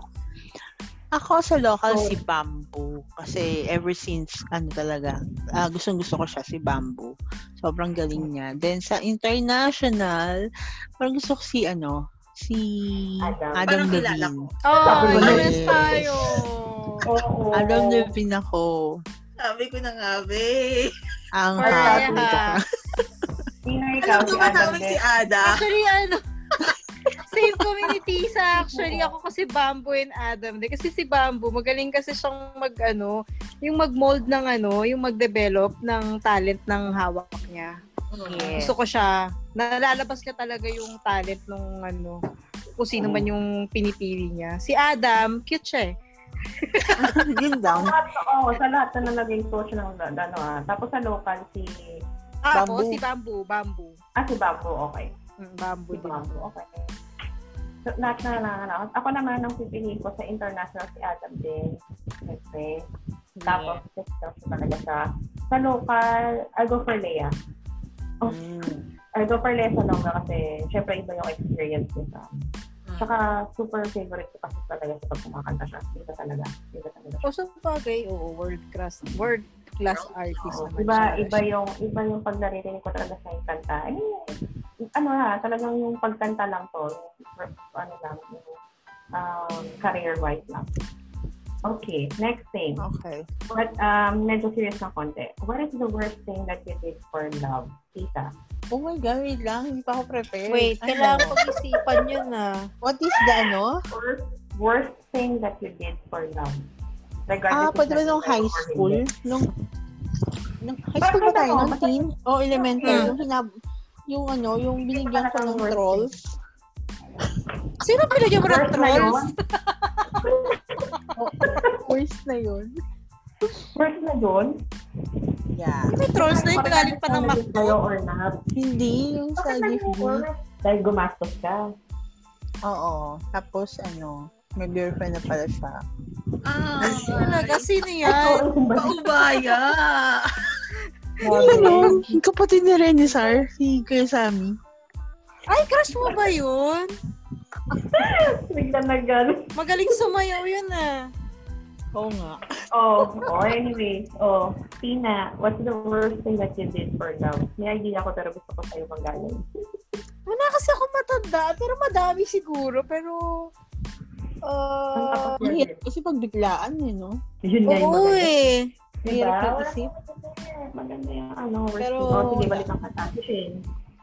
[SPEAKER 4] Ako sa local
[SPEAKER 2] So-
[SPEAKER 4] si Bamboo kasi ever since ano talaga gustong gusto ko siya si Bamboo. Sobrang galing niya. Then sa international parang gusto ko si ano si
[SPEAKER 2] Adam.
[SPEAKER 4] Adam,
[SPEAKER 3] Parang kilala
[SPEAKER 4] Levine.
[SPEAKER 1] Oh,
[SPEAKER 2] Sabi mo na
[SPEAKER 1] yes
[SPEAKER 4] eh.
[SPEAKER 1] tayo.
[SPEAKER 2] Oo.
[SPEAKER 4] Adam Levine ako.
[SPEAKER 3] Sabi ko na nga, be.
[SPEAKER 4] Ang
[SPEAKER 1] Ah, Parehas.
[SPEAKER 4] happy ko. [laughs]
[SPEAKER 2] Sino ikaw?
[SPEAKER 3] Alam ko
[SPEAKER 2] Si
[SPEAKER 3] Ano ba
[SPEAKER 2] Adam
[SPEAKER 3] tawag si
[SPEAKER 2] din.
[SPEAKER 3] Ada?
[SPEAKER 1] Actually, ano, [laughs] same community sa actually. Ako kasi Bamboo and Adam. din. Kasi si Bamboo, magaling kasi siyang mag, ano, yung mag-mold ng, ano, yung mag-develop ng talent ng hawak niya.
[SPEAKER 2] Yeah.
[SPEAKER 1] Gusto ko siya, nalalabas niya talaga yung talent nung, ano, kung sino man yung pinipili niya. Si Adam, cute siya eh.
[SPEAKER 4] Yun lang.
[SPEAKER 2] Oo, sa lahat na naging coach ng ano ah. Tapos sa local si
[SPEAKER 1] Ako,
[SPEAKER 4] Bamboo.
[SPEAKER 1] si Bamboo, Bamboo.
[SPEAKER 2] ah si Babo, okay.
[SPEAKER 1] Mm, Bamboo
[SPEAKER 2] Si
[SPEAKER 1] din.
[SPEAKER 2] Babo, okay. So, lahat na lang ako. Ako naman ang pipiliin ko sa international si Adam din. Siyempre. Tapos, TikTok talaga sa, sa local, I'll go for Lea. Oh.
[SPEAKER 4] Mm.
[SPEAKER 2] I'll go for Lea sa Longa kasi syempre iba yung experience nila. Tsaka super favorite ko kasi talaga siya pag kumakanta siya. Iba talaga. Iba talaga. siya.
[SPEAKER 1] O Oh, sa bagay, oo, world class, world class artist
[SPEAKER 2] Oo,
[SPEAKER 1] naman.
[SPEAKER 2] iba,
[SPEAKER 1] siya.
[SPEAKER 2] iba yung, iba yung pag naririnig ko talaga siya yung kanta. I mean, ano ha, talagang yung pagkanta lang to, yung, ano lang, yung um, career-wise lang. Okay, next thing.
[SPEAKER 1] Okay.
[SPEAKER 2] But um, medyo serious na konti. What is the worst thing that you did for love? Tita.
[SPEAKER 4] Oh my God, wait lang. Hindi pa ako prepared.
[SPEAKER 1] Wait,
[SPEAKER 4] Ano?
[SPEAKER 1] kailangan pag-isipan yun ah.
[SPEAKER 4] What is the ano?
[SPEAKER 2] Worst, worst thing that you did for love?
[SPEAKER 4] Ah, pwede ba nung high school? Nung, nung high school ano ba tayo? Nung teen? O elementary?
[SPEAKER 1] Hmm.
[SPEAKER 4] Yung hinab... Yung ano, yung binigyan ko ng
[SPEAKER 2] Worst
[SPEAKER 4] troll.
[SPEAKER 1] Sino binigyan mo ng
[SPEAKER 2] Worst na yun?
[SPEAKER 1] trolls?
[SPEAKER 4] Worst na yun.
[SPEAKER 2] Worst na yun?
[SPEAKER 4] Yeah.
[SPEAKER 1] May trolls na yung galing pa ng
[SPEAKER 2] Parang
[SPEAKER 1] McDo.
[SPEAKER 2] kayo or not?
[SPEAKER 4] Hindi, yung sa
[SPEAKER 2] Bakit
[SPEAKER 4] gift
[SPEAKER 2] nag-work? Dahil gumastos ka.
[SPEAKER 4] Oo. Tapos ano, may girlfriend na pala siya.
[SPEAKER 3] Ah,
[SPEAKER 1] Talaga, sino
[SPEAKER 2] Oo,
[SPEAKER 1] yan?
[SPEAKER 2] kung bakit
[SPEAKER 3] Paubaya.
[SPEAKER 4] Ano? Yung kapatid ni Renisar, si Kuya Sammy.
[SPEAKER 1] Ay, crush mo ba yun?
[SPEAKER 2] bigla na gano'n.
[SPEAKER 1] Magaling sumayaw yun ah.
[SPEAKER 4] Oo nga.
[SPEAKER 2] Oh, oh, anyway. Oh, Tina, what's the worst thing that you did for love? May idea ko pero gusto ko sa'yo magaling.
[SPEAKER 1] Wala kasi ako matanda, pero madami siguro. Pero, ah,
[SPEAKER 2] Ang
[SPEAKER 4] Ang hirap kasi pag biglaan eh, no?
[SPEAKER 2] Yun nga yung
[SPEAKER 1] oo
[SPEAKER 2] magaling.
[SPEAKER 1] eh.
[SPEAKER 2] Diba?
[SPEAKER 4] Hirap
[SPEAKER 2] Wala
[SPEAKER 4] mag-isip.
[SPEAKER 2] akong Maganda yung ano, worst
[SPEAKER 1] Pero-
[SPEAKER 2] thing. Oh, sige, balik ang katatid.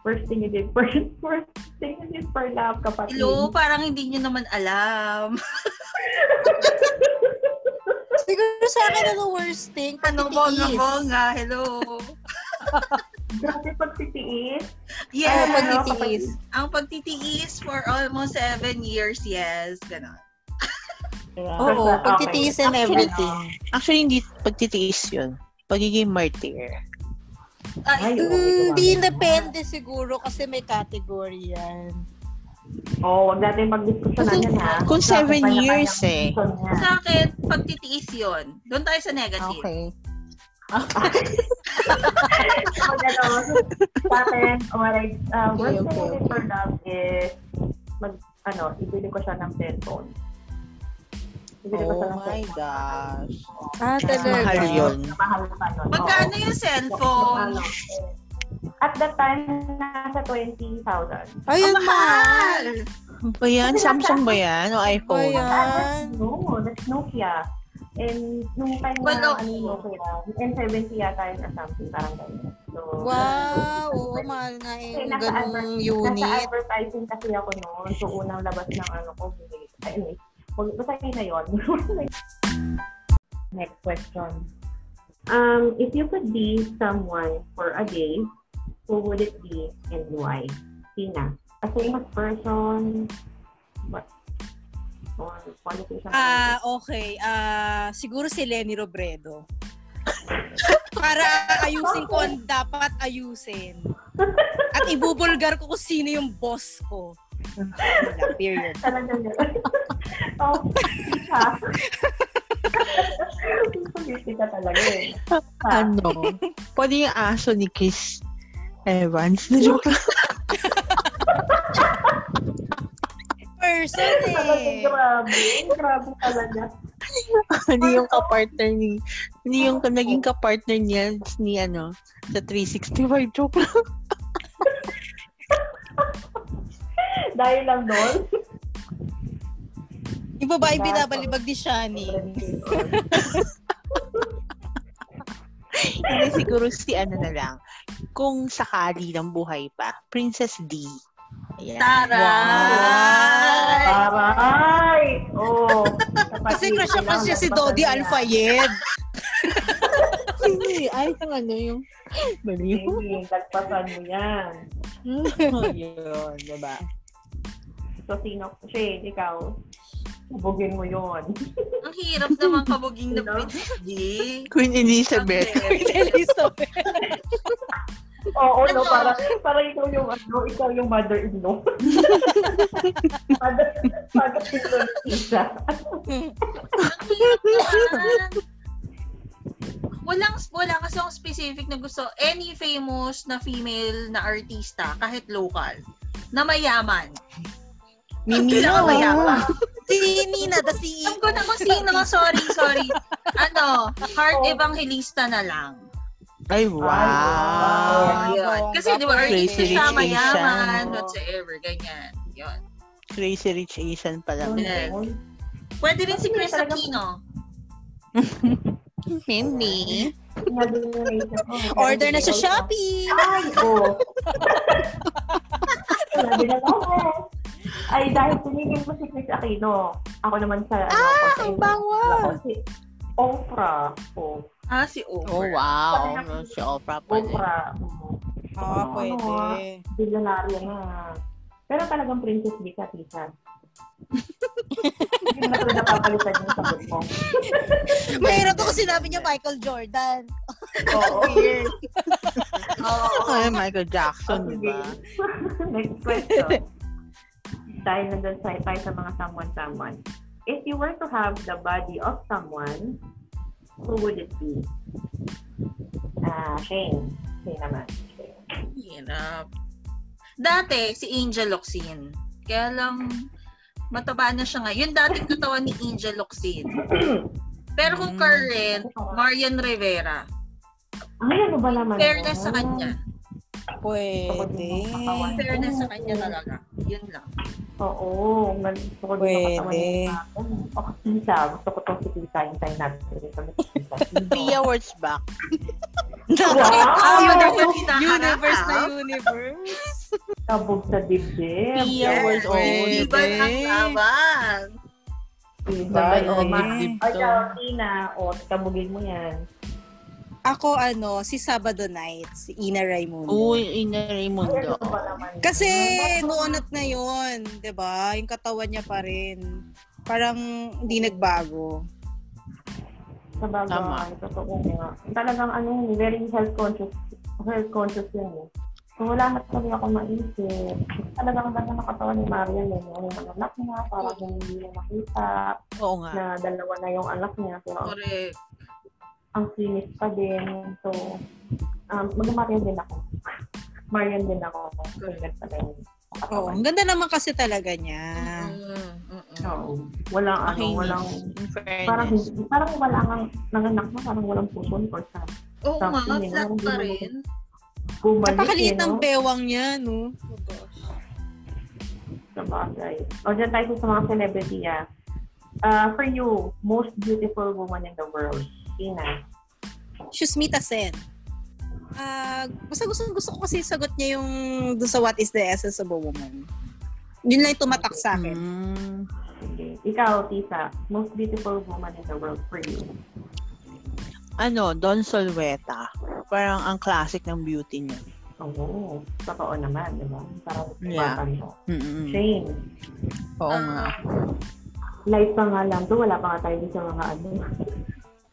[SPEAKER 2] Worst thing you did for [laughs] worst thing you did for love, kapatid.
[SPEAKER 3] Hello, parang hindi nyo naman alam.
[SPEAKER 1] Siguro sa akin ano worst thing?
[SPEAKER 3] Ano, bonga, bonga. Hello.
[SPEAKER 2] Grabe pagtitiis.
[SPEAKER 3] Yes.
[SPEAKER 1] Ano pagtitiis?
[SPEAKER 3] Ang pagtitiis for almost seven years, yes. Ganon.
[SPEAKER 1] Oo,
[SPEAKER 2] Basta, okay.
[SPEAKER 1] pagtitiis and
[SPEAKER 4] Actually,
[SPEAKER 1] everything.
[SPEAKER 4] Actually, hindi pagtitiis yun. Pagiging martyr.
[SPEAKER 2] Ay,
[SPEAKER 3] Ay,
[SPEAKER 2] oo,
[SPEAKER 1] Hindi
[SPEAKER 2] ito nga.
[SPEAKER 1] depende siguro kasi may category yan.
[SPEAKER 2] Oo, Oh, wag natin pag-diskusyonan
[SPEAKER 4] Kasi
[SPEAKER 2] yan ha.
[SPEAKER 4] kung
[SPEAKER 2] Sa
[SPEAKER 4] seven
[SPEAKER 2] kanya-kanyang
[SPEAKER 4] years, eh.
[SPEAKER 2] reason niya.
[SPEAKER 3] sa akin, pagtitiis yun. Doon tayo sa negative.
[SPEAKER 4] Okay.
[SPEAKER 2] Kapag ano, sa akin, alright, uh, worst
[SPEAKER 4] Okay,
[SPEAKER 2] thing
[SPEAKER 4] okay,
[SPEAKER 2] you did for love is mag, ano, ibili ko siya ng cellphone. Ibili ko
[SPEAKER 4] [laughs] Oh
[SPEAKER 2] siya ng
[SPEAKER 4] my
[SPEAKER 1] Ah, talaga.
[SPEAKER 2] cellphone.
[SPEAKER 4] gosh. Mahal yun.
[SPEAKER 2] Mahal pa nun. oo.
[SPEAKER 3] Magkano ano yung cellphone?
[SPEAKER 2] At that time, nasa 20,000.
[SPEAKER 1] Ayun,
[SPEAKER 3] Ang mahal!
[SPEAKER 4] Ano Ba yan? Samsung ba yan? O
[SPEAKER 1] Ba
[SPEAKER 4] iPhone?
[SPEAKER 1] yan?
[SPEAKER 2] Ah, that's- no, that's Nokia. And nung time na,
[SPEAKER 3] Well,
[SPEAKER 2] ano yung Nokia, N70 yata yun or something, parang ganyan. So,
[SPEAKER 1] Wow,
[SPEAKER 3] oh
[SPEAKER 1] oo, mahal nga eh. yung
[SPEAKER 2] Kasi nasa
[SPEAKER 1] Ganung
[SPEAKER 2] adver- Nasa
[SPEAKER 1] unit.
[SPEAKER 2] advertising kasi ako noon. So, unang labas ng ano ko, binili. Anyway, wag- basta yun na yun. [laughs] Next question. Um, if you could be someone for a day, who would it be and why? Tina, a famous person, what? Or politician?
[SPEAKER 1] Ah, okay. Ah, siguro si Lenny Robredo. Para ayusin ko ang dapat ayusin. At ibubulgar ko kung sino yung boss ko. Yun lang, Period.
[SPEAKER 2] Talaga yun. oh, [laughs] Tika. Politika talaga eh. Ah.
[SPEAKER 4] Ano? Pwede yung aso ni Chris Evans. [laughs] Joke lang.
[SPEAKER 1] Person
[SPEAKER 2] Talaga,
[SPEAKER 1] eh.
[SPEAKER 2] grabe. Grabe talaga.
[SPEAKER 4] Hindi yung kapartner ni... Hindi yung naging kapartner niya ni ano, sa 365 joke lang.
[SPEAKER 2] Dahil lang doon.
[SPEAKER 1] Yung babae binabalibag ni Shani.
[SPEAKER 4] [laughs] Hindi siguro si ano na lang. Kung sakali ng buhay pa, Princess D. Ayan.
[SPEAKER 3] Taray!
[SPEAKER 2] Aray! Oo.
[SPEAKER 1] Kasi crush ako siya si Dodi Alfayed.
[SPEAKER 4] Hindi, ay, yung ano yung... Baliw.
[SPEAKER 2] Hindi, lagpasan mo yan.
[SPEAKER 4] Yun, diba?
[SPEAKER 2] So, sino? Shane, ikaw. Bugin mo yun.
[SPEAKER 3] Ang hirap naman kabuging na
[SPEAKER 2] Hello?
[SPEAKER 3] bitigi.
[SPEAKER 4] Queen Elizabeth.
[SPEAKER 1] Queen [laughs] Elizabeth.
[SPEAKER 2] Oo, no,
[SPEAKER 3] Ano?
[SPEAKER 2] para, para ikaw yung, ano, ikaw yung mother-in-law. mother, mother-in-law ni Isa.
[SPEAKER 3] Ang hirap naman. Walang, wala kasi akong specific na gusto. Any famous na female na artista, kahit local, na mayaman.
[SPEAKER 4] Mimi
[SPEAKER 3] Kailangan mayaman.
[SPEAKER 6] Si Nina, the CEO.
[SPEAKER 1] E
[SPEAKER 3] Alam ko na kung sino. Sorry, sorry. Ano, heart evangelista na lang.
[SPEAKER 4] Ay, wow.
[SPEAKER 2] wow.
[SPEAKER 3] Yun. Kasi di ba,
[SPEAKER 4] Crazy
[SPEAKER 3] artista
[SPEAKER 4] Rich
[SPEAKER 3] siya,
[SPEAKER 4] Asian.
[SPEAKER 3] mayaman, whatsoever, ganyan. Yun.
[SPEAKER 4] Crazy Rich Asian pala.
[SPEAKER 3] Yes. Pwede rin si Chris Aquino.
[SPEAKER 6] Hindi.
[SPEAKER 2] Order
[SPEAKER 6] Order na sa Shopee.
[SPEAKER 2] Ay, oo. Grabe na to. Ay, dahil tinigil mo si Chris Aquino. Ako naman sa... ano,
[SPEAKER 4] Ah,
[SPEAKER 2] ako sa-
[SPEAKER 4] ang bango.
[SPEAKER 2] Ako si Oprah. Oh,
[SPEAKER 3] Ah, si O.
[SPEAKER 4] Oh, wow. Si Oprah pala.
[SPEAKER 2] Oprah. oo.
[SPEAKER 5] Ah, pwede.
[SPEAKER 2] Billionaire na. Pero talagang princess di ka, tita. [laughs] Hindi mo na talaga napapalitan yung sagot mo.
[SPEAKER 6] Mahirap ako sinabi niya Michael Jordan.
[SPEAKER 2] Oo.
[SPEAKER 3] Oo.
[SPEAKER 4] Ay, Michael
[SPEAKER 2] Oh,
[SPEAKER 4] Jackson, di ba?
[SPEAKER 2] [laughs] Next question. Dahil nandun sa tayo sa mga someone-someone. If you were to have the body of someone, who would it be? Ah, Shane. Shane naman. Shane.
[SPEAKER 3] Hirap. Dati, si Angel Locsin. Kaya lang, mataba na siya ngayon. Yung dating katawan ni Angel Locsin. Pero kung current, Marian Rivera.
[SPEAKER 2] Ay, ano ba naman?
[SPEAKER 3] Fairness
[SPEAKER 2] yun?
[SPEAKER 3] sa kanya.
[SPEAKER 5] Pwede.
[SPEAKER 1] Oh.
[SPEAKER 3] Fairness sa kanya talaga. Yun lang.
[SPEAKER 2] Oo. man- Gusto ko din
[SPEAKER 5] Pwede.
[SPEAKER 2] makatawan yung tao. Oh, Tita. Gusto ko itong si Tita. Yung time natin. Gusto ko si Tita.
[SPEAKER 4] Three hours back.
[SPEAKER 3] Ah,
[SPEAKER 2] Wow!
[SPEAKER 3] madapat hinaharap,
[SPEAKER 5] Universe na
[SPEAKER 3] ah.
[SPEAKER 5] universe.
[SPEAKER 2] Kabog sa dibdib.
[SPEAKER 4] Three hours old.
[SPEAKER 3] Di ba ang laban?
[SPEAKER 2] Diba?
[SPEAKER 4] Sabay,
[SPEAKER 2] Oo,
[SPEAKER 4] oh,
[SPEAKER 2] ma.
[SPEAKER 4] dibdib
[SPEAKER 2] Ay,
[SPEAKER 4] to.
[SPEAKER 2] ikaw, Tina. O, kabugin mo yan.
[SPEAKER 1] Ako ano, si Sabado Night, si Ina Raimundo.
[SPEAKER 4] Uy,
[SPEAKER 2] Ay,
[SPEAKER 4] ina
[SPEAKER 1] oh.
[SPEAKER 4] Raimundo.
[SPEAKER 2] ano ba naman yun?
[SPEAKER 1] Kasi noon at ngayon, 'di ba? Yung katawan niya pa rin. Parang hindi nagbago.
[SPEAKER 2] Sa bagay,
[SPEAKER 4] Tama.
[SPEAKER 2] totoo nga. Talagang ano yun, very health conscious, health conscious yun eh. So wala na tuloy ako maisip. Talagang ang ganda ng katawan ni Marian eh. Ano yung anak niya, parang hindi niya nakita
[SPEAKER 4] Oo nga.
[SPEAKER 2] na dalawa na yung anak niya. Pero ang,
[SPEAKER 3] Correct.
[SPEAKER 2] ang sinis pa din. So, um, mag-Marian din ako. Marian din ako. So, yun pa din. ang
[SPEAKER 1] Oo,
[SPEAKER 2] katawan.
[SPEAKER 1] ang ganda naman kasi talaga niya.
[SPEAKER 3] Mm, mm, mm.
[SPEAKER 2] Oo. Walang ano,
[SPEAKER 4] Makinis.
[SPEAKER 2] walang...
[SPEAKER 4] In
[SPEAKER 2] Parang,
[SPEAKER 4] fairness.
[SPEAKER 2] parang wala kang nanganak na, parang walang puson or sa
[SPEAKER 3] Oo nga,
[SPEAKER 2] Something, ano,
[SPEAKER 3] flat pa
[SPEAKER 2] hindi mo
[SPEAKER 3] rin.
[SPEAKER 2] bumalik.
[SPEAKER 1] Napakaliit
[SPEAKER 2] eh, no?
[SPEAKER 1] ng bewang niya, no?
[SPEAKER 2] sa bagay. O, dyan tayo sa mga celebrity, ah. Uh, for you, most beautiful woman in the world. Tina.
[SPEAKER 1] Shusmita Sen. Ah, basta gusto, gusto ko kasi sagot niya yung dun sa what is the essence of a woman. Yun lang yung tumatak sa akin.
[SPEAKER 4] Mm.
[SPEAKER 2] Okay. Ikaw, Tisa. Most beautiful woman in the world for you.
[SPEAKER 4] Ano, Don Solweta. Parang ang classic ng beauty niya.
[SPEAKER 2] Oo. Totoo naman, di ba? Parang
[SPEAKER 4] Yeah.
[SPEAKER 2] bata mo.
[SPEAKER 4] Mm-mm.
[SPEAKER 2] Shane.
[SPEAKER 4] Oo nga.
[SPEAKER 3] Ah.
[SPEAKER 2] Light pa nga lang to. Wala pa nga tayo sa mga ano.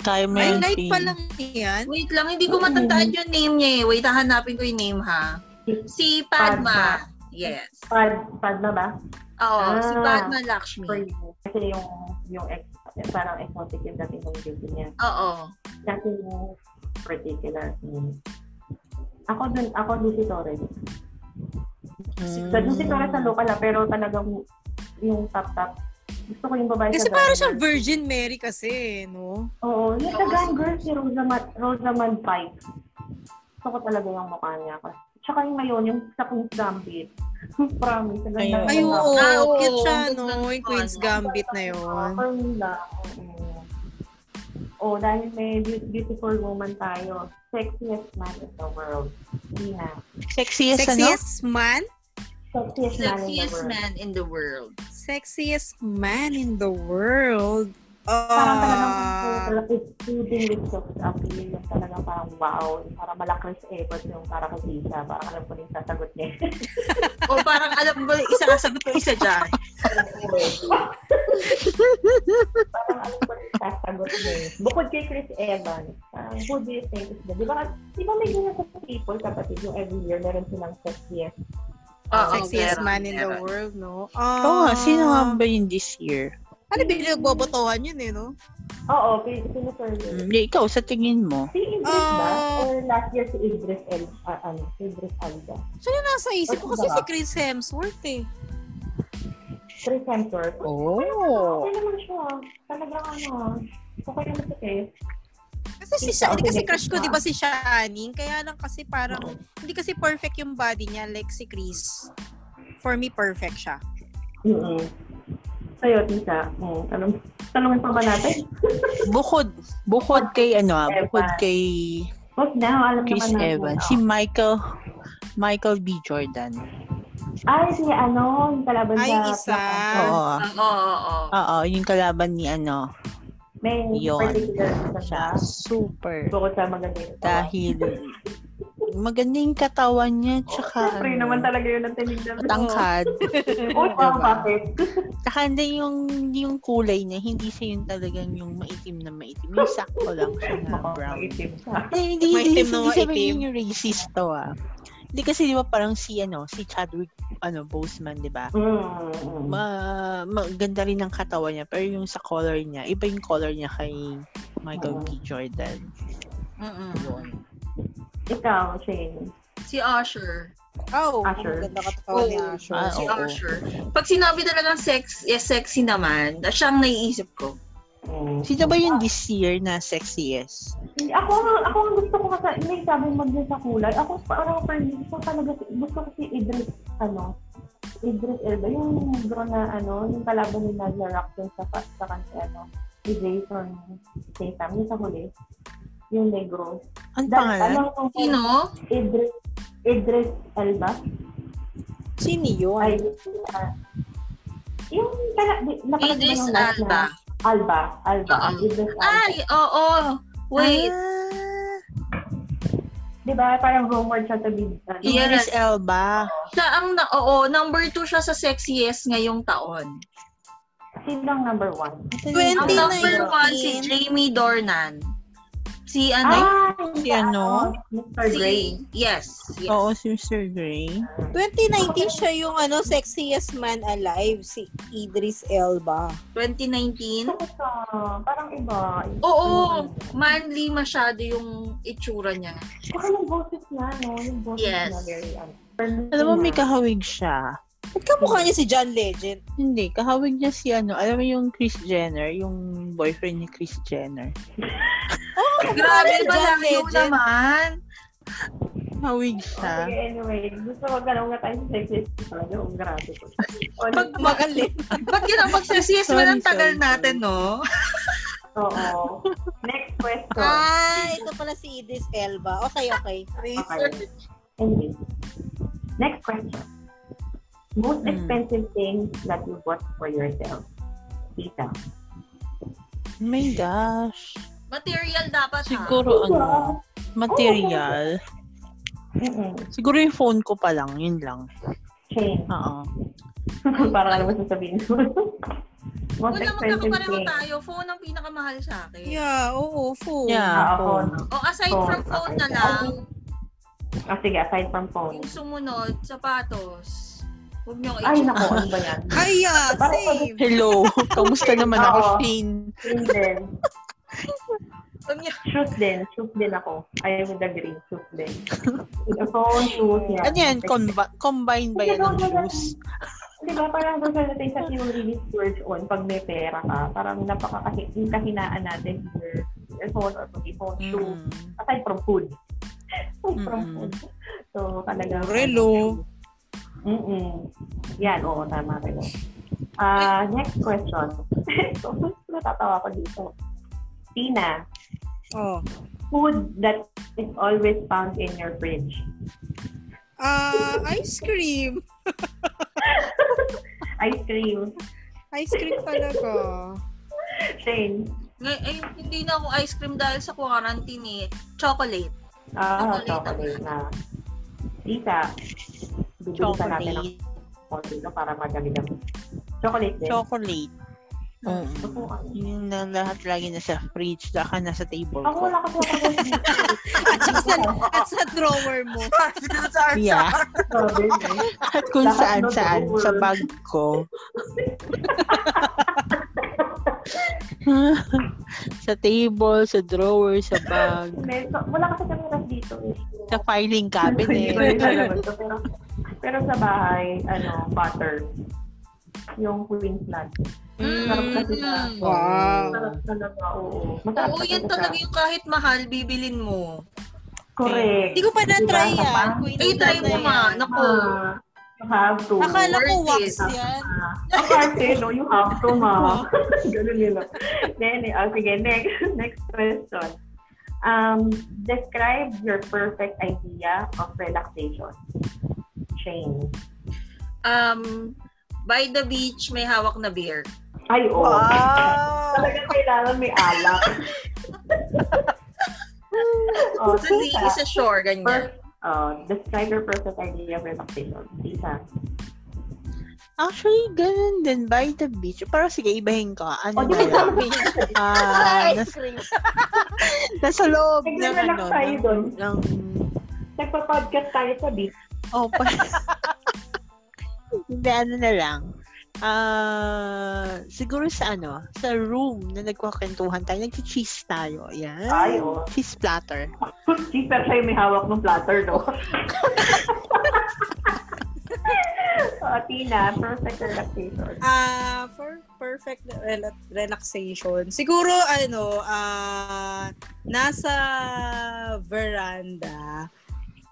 [SPEAKER 4] Tayo may
[SPEAKER 1] Ay, light pa lang yan.
[SPEAKER 3] Wait lang, hindi ko matandaan yung name niya eh. Wait, hahanapin ko yung name ha. Si Padma. Yes.
[SPEAKER 2] Pad, pad na ba?
[SPEAKER 3] Oo, si
[SPEAKER 2] Ah.
[SPEAKER 3] Padma
[SPEAKER 2] For
[SPEAKER 3] Lakshmi.
[SPEAKER 2] you. Kasi yung, yung ex, parang exotic yung dating ng beauty niya.
[SPEAKER 3] Oo.
[SPEAKER 2] Kasi yung particular. Mm. Ako dun, ako Lucy Torres.
[SPEAKER 4] Mm.
[SPEAKER 2] Sa Lucy Torres sa local na, pero talagang yung top-top. Gusto ko yung babae
[SPEAKER 1] Kasi
[SPEAKER 2] sa
[SPEAKER 1] parang
[SPEAKER 2] Gone
[SPEAKER 1] siyang
[SPEAKER 2] Girl.
[SPEAKER 1] Virgin Mary kasi, no?
[SPEAKER 2] Oo, yung sa Gone Girl, si Rosamund, Rosamund Pike. Gusto ko talaga yung mukha niya. Tsaka yung ngayon, yung sa Queen's Gambit. [laughs] Promise. Ang ganda
[SPEAKER 4] Ayun.
[SPEAKER 2] ng
[SPEAKER 1] Ay,
[SPEAKER 2] mukha.
[SPEAKER 1] oo.
[SPEAKER 3] Ah, oo.
[SPEAKER 1] cute siya,
[SPEAKER 3] Ang
[SPEAKER 1] no?
[SPEAKER 3] ganda
[SPEAKER 1] Yung Queen's
[SPEAKER 3] nun.
[SPEAKER 1] Gambit na yun.
[SPEAKER 2] For me lang. oo. Oo, dahil may be- beautiful woman tayo. Sexiest man in the world. Tina.
[SPEAKER 4] Sexiest, ano?
[SPEAKER 1] Sexiest man?
[SPEAKER 2] Sexiest, man in the
[SPEAKER 3] Sexiest
[SPEAKER 2] world.
[SPEAKER 3] man in the world.
[SPEAKER 1] Sexiest man in the world.
[SPEAKER 2] Parang talagang
[SPEAKER 1] Ah,
[SPEAKER 2] talagang exuding with soft appeal. Yung talagang parang wow. Yung parang malakas effort yung para kay Lisa. Parang alam ko na yung sasagot niya.
[SPEAKER 3] O parang alam mo, isa kasagot ko isa dyan.
[SPEAKER 2] parang alam ko na yung sasagot niya. Bukod kay Chris Evans, parang who do you think is the... Di ba, di ba may ganyan sa people kapatid yung every year meron silang sexiest?
[SPEAKER 3] Oo,
[SPEAKER 1] sexiest
[SPEAKER 3] Oh, meron,
[SPEAKER 1] man in the
[SPEAKER 3] meron.
[SPEAKER 1] world, no?
[SPEAKER 4] ano? Oo,
[SPEAKER 1] Ah,
[SPEAKER 4] nga, sino nga ba yun this year?
[SPEAKER 1] Ano ba yung nagbobotohan yun, eh, no?
[SPEAKER 2] Oo, pin- pinasurvey.
[SPEAKER 4] Mm, ikaw, sa tingin mo?
[SPEAKER 2] Si Idris ba?
[SPEAKER 4] Oh.
[SPEAKER 1] Ah.
[SPEAKER 2] Or last year si Idris El, ah, ano, si Idris Alba.
[SPEAKER 6] So, yun nasa isip ko kasi
[SPEAKER 2] Diba?
[SPEAKER 6] si Chris Hemsworth eh.
[SPEAKER 2] Presenter.
[SPEAKER 4] Oh.
[SPEAKER 2] Okay naman siya. Talaga ano. Okay naman eh. si Chris.
[SPEAKER 6] Kasi si
[SPEAKER 2] Isa
[SPEAKER 6] Sha, hindi
[SPEAKER 2] ako
[SPEAKER 6] kasi
[SPEAKER 2] dito.
[SPEAKER 6] crush ko, di ba si Shining? Kaya lang kasi parang, hindi kasi perfect yung body niya, like si Chris. For me, perfect siya.
[SPEAKER 2] Mm-mm. Sa'yo, tita. Mm. Anong, tanongin pa ba natin?
[SPEAKER 4] Bukod, bukod kay ano, ah,
[SPEAKER 2] Evans.
[SPEAKER 4] bukod kay
[SPEAKER 2] What now? Alam naman
[SPEAKER 4] Chris
[SPEAKER 2] natin.
[SPEAKER 4] Evans,
[SPEAKER 2] oh.
[SPEAKER 4] si Michael Michael B. Jordan.
[SPEAKER 2] Ay, si ano, yung kalaban
[SPEAKER 1] Ay,
[SPEAKER 2] sa-
[SPEAKER 1] isa.
[SPEAKER 2] Ah.
[SPEAKER 4] Oo. ah,
[SPEAKER 3] Oo, oo, oo.
[SPEAKER 4] Oo, yung kalaban ni ano,
[SPEAKER 2] May
[SPEAKER 4] Yun.
[SPEAKER 2] particular isa siya.
[SPEAKER 4] siya super.
[SPEAKER 2] Bukod sa magandang ito.
[SPEAKER 4] Dahil magandang katawan niya, tsaka
[SPEAKER 2] Siyempre naman
[SPEAKER 4] ano,
[SPEAKER 2] talaga yun ang tinig namin.
[SPEAKER 4] matangkad.
[SPEAKER 2] Oo,
[SPEAKER 4] Diba?
[SPEAKER 2] bakit?
[SPEAKER 4] Tsaka hindi yung, yung kulay niya, hindi siya yung talagang yung maitim na maitim. Yung sakto lang siya
[SPEAKER 2] [laughs]
[SPEAKER 4] na brown.
[SPEAKER 2] Mapapaitim siya.
[SPEAKER 4] Ay, hindi,
[SPEAKER 1] Maitim
[SPEAKER 4] hindi, hindi,
[SPEAKER 1] na
[SPEAKER 4] hindi
[SPEAKER 1] maitim.
[SPEAKER 4] sabihin yung racist to ah. Hindi kasi di ba parang si ano, si Chadwick ano, Boseman, di ba?
[SPEAKER 2] Mm.
[SPEAKER 4] Ma maganda rin ang katawan niya pero yung sa color niya, iba yung color niya kay Michael B. Jordan.
[SPEAKER 3] Mm-mm.
[SPEAKER 4] Yun.
[SPEAKER 2] Ikaw, Shane.
[SPEAKER 3] Si Usher.
[SPEAKER 1] Oh,
[SPEAKER 2] Asher.
[SPEAKER 1] ang ganda katawan ni
[SPEAKER 3] Oh.
[SPEAKER 1] Asher.
[SPEAKER 4] Ah,
[SPEAKER 3] si
[SPEAKER 4] oo.
[SPEAKER 3] Usher. Pag sinabi talagang sex, yes, sexy naman, siyang naiisip ko.
[SPEAKER 2] Mm.
[SPEAKER 4] Sino ba yung this year na sexiest?
[SPEAKER 2] Hindi, Ako ang ako ang gusto ko kasi may sabi mo dyan sa kulay. Ako parang per gusto ko talaga si- gusto ko si Idris ano Idris Elba yung bro na ano yung kalaban ni Nadia Rock dun sa fa- sa kanila ano si Jason Statham yung sa huli yung negro.
[SPEAKER 4] Ang
[SPEAKER 2] Dahil ano?
[SPEAKER 4] pangalan?
[SPEAKER 2] alam ko kung
[SPEAKER 3] Sino?
[SPEAKER 2] Idris Idris Elba
[SPEAKER 1] Sino yun?
[SPEAKER 2] ay ah, yung kala di- nakalagay ba
[SPEAKER 3] Idris
[SPEAKER 2] yung last na-
[SPEAKER 3] Alba.
[SPEAKER 2] Alba Alba
[SPEAKER 3] Oo.
[SPEAKER 2] Idris Alba.
[SPEAKER 3] Ay, oo.
[SPEAKER 4] Ah.
[SPEAKER 3] Wait.
[SPEAKER 2] Di ba parang rumored siya to be ano,
[SPEAKER 3] Yeah.
[SPEAKER 4] Idris Elba.
[SPEAKER 3] Siya ang na, oo, number two siya sa sexiest ngayong taon.
[SPEAKER 2] sino ang number one?
[SPEAKER 3] Ang
[SPEAKER 2] Hindi na
[SPEAKER 3] number
[SPEAKER 2] yun.
[SPEAKER 3] one, si Jamie Dornan. Si ano?
[SPEAKER 2] Ah,
[SPEAKER 4] Si ano?
[SPEAKER 2] Mr. Ah, Gray.
[SPEAKER 3] si, yes. yes.
[SPEAKER 4] Oo, si Sir Gray.
[SPEAKER 1] 2019 siya yung ano, sexiest man alive, si Idris Elba.
[SPEAKER 3] 2019.
[SPEAKER 2] Gusto ko to. Parang iba.
[SPEAKER 3] Oo, manly masyado yung itsura niya.
[SPEAKER 2] Saka yung boses niya, no? Yung boses
[SPEAKER 3] Yes.
[SPEAKER 2] niya, very ano. Permissive
[SPEAKER 4] Alam mo, may
[SPEAKER 2] na.
[SPEAKER 4] kahawig siya.
[SPEAKER 1] Ba't kamukha niya si John Legend?
[SPEAKER 4] Hindi, kahawig niya si ano, alam mo yung Chris Jenner, yung boyfriend ni Chris Jenner.
[SPEAKER 3] Grabe
[SPEAKER 1] si
[SPEAKER 3] ba
[SPEAKER 1] John
[SPEAKER 3] layo
[SPEAKER 1] Legend?
[SPEAKER 3] naman?
[SPEAKER 4] Kahawig siya.
[SPEAKER 2] Okay, anyway. Gusto ko galaw nga tayo sa sexist. Ano, ang grabe
[SPEAKER 4] [laughs]
[SPEAKER 2] ko.
[SPEAKER 3] Pag
[SPEAKER 1] Magaling.
[SPEAKER 3] Ba't yun ang mag-sexiest mo
[SPEAKER 4] Sorry,
[SPEAKER 3] ng tagal
[SPEAKER 4] sorry,
[SPEAKER 3] natin, no?
[SPEAKER 2] Oo. Next question.
[SPEAKER 1] Ah, ito pala si Idris Elba. Okay, okay.
[SPEAKER 2] Okay. Anyway. Next question. Most
[SPEAKER 4] Hmm.
[SPEAKER 2] expensive thing that you bought for yourself? Tita.
[SPEAKER 4] Oh my gosh.
[SPEAKER 3] Material dapat, ha?
[SPEAKER 4] Siguro ano, material.
[SPEAKER 2] ah. Mm-mm.
[SPEAKER 4] Siguro yung phone ko pa lang, yun lang.
[SPEAKER 2] Shane.
[SPEAKER 4] Oo.
[SPEAKER 2] [laughs] Parang alam mo [laughs] sasabihin ko. Most
[SPEAKER 3] Wala,
[SPEAKER 2] expensive
[SPEAKER 3] magkakapareho
[SPEAKER 2] thing.
[SPEAKER 3] tayo. Phone ang pinakamahal sa akin.
[SPEAKER 6] Yeah, oo, fool.
[SPEAKER 4] Yeah,
[SPEAKER 2] Ah,
[SPEAKER 4] phone.
[SPEAKER 2] phone.
[SPEAKER 3] O, aside from
[SPEAKER 2] Phone,
[SPEAKER 3] phone na
[SPEAKER 2] okay.
[SPEAKER 3] lang,
[SPEAKER 2] Ah, sige, aside from phone.
[SPEAKER 3] yung sumunod, sapatos. Huwag niyo ako
[SPEAKER 2] Ay,
[SPEAKER 3] i-check.
[SPEAKER 2] naku, ano ba
[SPEAKER 4] [laughs]
[SPEAKER 2] yan?
[SPEAKER 6] Ay, yeah,
[SPEAKER 2] Parang
[SPEAKER 6] same.
[SPEAKER 4] Hello,
[SPEAKER 2] [laughs]
[SPEAKER 4] kamusta naman
[SPEAKER 2] Oo.
[SPEAKER 4] ako, Shane?
[SPEAKER 2] Shoes din.
[SPEAKER 3] Huwag
[SPEAKER 4] Ano
[SPEAKER 3] niyo.
[SPEAKER 2] Shoes din. Shoes din ako. I would agree. Shoes din. phone, shoes, yeah.
[SPEAKER 4] Ano yan? Combi- combine ba yan ng shoes?
[SPEAKER 2] [laughs] Di ba, parang gusto natin sa yung really splurge on pag may pera ka. Parang napakakahinaan natin your, your phone or pag phone, shoes.
[SPEAKER 4] Mm.
[SPEAKER 2] Aside from food. [laughs] Aside from
[SPEAKER 4] Mm-mm.
[SPEAKER 2] food. So, talaga.
[SPEAKER 1] Relo.
[SPEAKER 2] Mm-mm. Yan, oo, tama kayo. Ah, next question. [laughs] Natatawa ko dito. Tina,
[SPEAKER 1] Oh.
[SPEAKER 2] food that is always found in your fridge.
[SPEAKER 1] Ah, ice cream.
[SPEAKER 2] Ice cream.
[SPEAKER 1] Ice cream talaga.
[SPEAKER 2] Shane.
[SPEAKER 3] Ngay- ay, hindi na ako ice cream dahil sa quarantine eh. Chocolate.
[SPEAKER 2] Ah,
[SPEAKER 3] Chocolate.
[SPEAKER 2] chocolate na. Tita, bibili pa natin ng
[SPEAKER 4] Chocolate.
[SPEAKER 2] konti no, para madami dami. Chocolate din.
[SPEAKER 4] Chocolate. Oo.
[SPEAKER 2] Gusto ko ano.
[SPEAKER 4] Yung na lahat lagi nasa fridge, saka nasa table
[SPEAKER 2] Ako
[SPEAKER 4] ko.
[SPEAKER 2] wala kasi ako dito.
[SPEAKER 6] At saka sa, at sa drawer
[SPEAKER 3] [laughs]
[SPEAKER 6] mo.
[SPEAKER 4] Yeah.
[SPEAKER 2] Sabi mo.
[SPEAKER 4] [laughs] At [laughs] kung
[SPEAKER 2] Lahat
[SPEAKER 4] saan
[SPEAKER 2] na
[SPEAKER 4] saan,
[SPEAKER 2] table.
[SPEAKER 4] sa bag ko. [laughs] sa table, sa drawer, sa bag,
[SPEAKER 2] May- so, wala kasi kami ref dito. eh.
[SPEAKER 4] sa filing
[SPEAKER 2] Hindi ko rin
[SPEAKER 4] cabinet.
[SPEAKER 2] alam ito, pero, pero sa bahay, ano, butter. Yung Queensland. Sarap kasi siya.
[SPEAKER 3] Mm.
[SPEAKER 1] Wow.
[SPEAKER 2] Sarap talaga, oo. Masarap
[SPEAKER 3] Oo,
[SPEAKER 2] kasi
[SPEAKER 3] yan
[SPEAKER 2] siya.
[SPEAKER 3] talaga yung kahit mahal, bibilin mo.
[SPEAKER 2] Correct.
[SPEAKER 6] Hindi ko pa na-try
[SPEAKER 2] Diba?
[SPEAKER 1] ah.
[SPEAKER 6] yan.
[SPEAKER 2] Sa
[SPEAKER 6] Queen
[SPEAKER 3] Ay,
[SPEAKER 6] Anne
[SPEAKER 3] try
[SPEAKER 6] na
[SPEAKER 3] mo
[SPEAKER 6] yan.
[SPEAKER 3] nga. Naku.
[SPEAKER 2] Ah, you have to.
[SPEAKER 6] Akala ko
[SPEAKER 3] Worth
[SPEAKER 6] wax
[SPEAKER 3] it.
[SPEAKER 6] yan.
[SPEAKER 2] Ah, ang parte, no? You have to, ma. [laughs] Ganun yun. no? Then, ah, sige, next, [laughs] next question. Um, describe your perfect idea of relaxation. Shane.
[SPEAKER 3] Um, by the beach, may hawak na beer.
[SPEAKER 2] Ay, oo.
[SPEAKER 5] Wow!
[SPEAKER 2] Talaga kailangan may alak. oh,
[SPEAKER 3] Sa,
[SPEAKER 2] Tita,
[SPEAKER 3] sa shore, ganyan.
[SPEAKER 2] per- oh, describe your perfect idea of relaxation. Tita.
[SPEAKER 4] Actually, ganun din, by the beach. Pero sige, ibahin ko.
[SPEAKER 2] O,
[SPEAKER 4] Ano
[SPEAKER 2] Oh, di
[SPEAKER 4] na
[SPEAKER 2] ba?
[SPEAKER 4] lang? Ah, nas, nasa loob ng
[SPEAKER 2] Nagre-relax
[SPEAKER 4] ano,
[SPEAKER 2] tayo
[SPEAKER 4] ng,
[SPEAKER 2] dun.
[SPEAKER 4] ng,
[SPEAKER 2] Nagpa-podcast tayo sa beach.
[SPEAKER 4] oh, pa, [laughs] hindi, ano na lang. Ah, siguro sa ano, sa room na nagkwakwentuhan tayo, nag-cheese tayo. Yan.
[SPEAKER 2] Ay, oo. [laughs]
[SPEAKER 4] Cheese platter.
[SPEAKER 2] Si Sir Shay may hawak ng platter, no? [laughs] so, Oh, Tina, perfect relaxation.
[SPEAKER 1] Ah, for perfect rela- relaxation. Siguro ano, ah nasa veranda.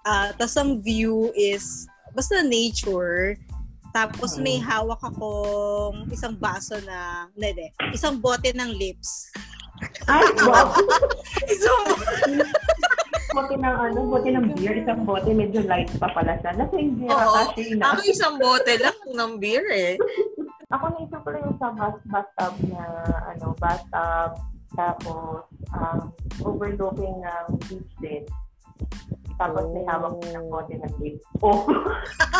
[SPEAKER 1] Ah, tas ang view is basta nature. Tapos may hawak akong isang baso na, na hindi, isang bote ng lips.
[SPEAKER 2] Ay, wow.
[SPEAKER 3] Zoom!
[SPEAKER 2] Bote ng ano, bote ng beer. Isang bote, medyo light pa pala siya. Nasa hindi
[SPEAKER 3] Oo.
[SPEAKER 2] ka, Tina.
[SPEAKER 3] Ako isang bote lang ng beer eh.
[SPEAKER 2] Ako naisip ko lang yung sa bas- bathtub na, ano, bathtub. Tapos, um, overlooking ng beach din. Tapos may hawak ng bote ng beer. [laughs] Oh.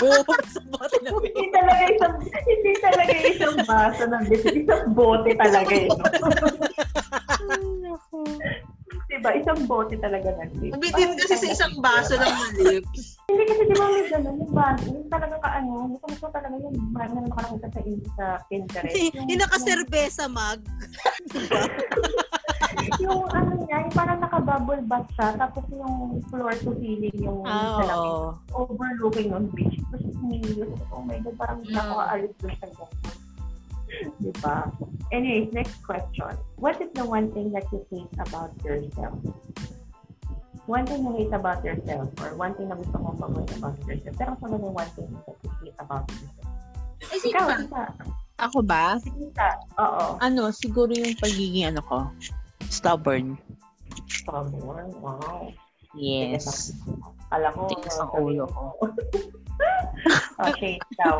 [SPEAKER 1] Oo, sa bote ng lips.
[SPEAKER 2] hindi talaga isang hindi talaga isang baso ng biscuit. Isang bote talaga
[SPEAKER 3] [laughs]
[SPEAKER 2] eh. No? diba? Isang bote talaga ng biscuit.
[SPEAKER 3] Bitin kasi sa isang baso lang ng lips.
[SPEAKER 2] Hindi kasi di ba may ganun, yung baso, yung talaga ka ano, gusto mo talaga yung baso na nakakita sa, in- sa Pinterest.
[SPEAKER 6] Yung nakaserbesa mag.
[SPEAKER 2] Yung, [laughs] yung ano niya, yung parang nakabubble bath siya, tapos yung floor to ceiling yung
[SPEAKER 4] Ah,
[SPEAKER 2] dalawang
[SPEAKER 4] oo.
[SPEAKER 2] overlooking ng beach. Tapos umiiyak. Oh my God, parang
[SPEAKER 3] Mm.
[SPEAKER 2] nakakaalis doon sa ganyan. Di ba? Diba? Anyways, next question. What is the one thing that you hate about yourself? One thing you hate about yourself or one thing na gusto mong baguhin about yourself. Pero sa mga one thing that you hate about yourself.
[SPEAKER 3] Ay,
[SPEAKER 2] Ikaw,
[SPEAKER 3] sige.
[SPEAKER 2] Tita.
[SPEAKER 4] Ako ba?
[SPEAKER 2] Si Tita. Oo.
[SPEAKER 4] Ano, siguro yung pagiging ano ko, stubborn.
[SPEAKER 2] Stubborn. Wow.
[SPEAKER 4] Yes.
[SPEAKER 2] Alam ko.
[SPEAKER 4] Tigas ang ulo ko.
[SPEAKER 2] [laughs] Okay, ikaw.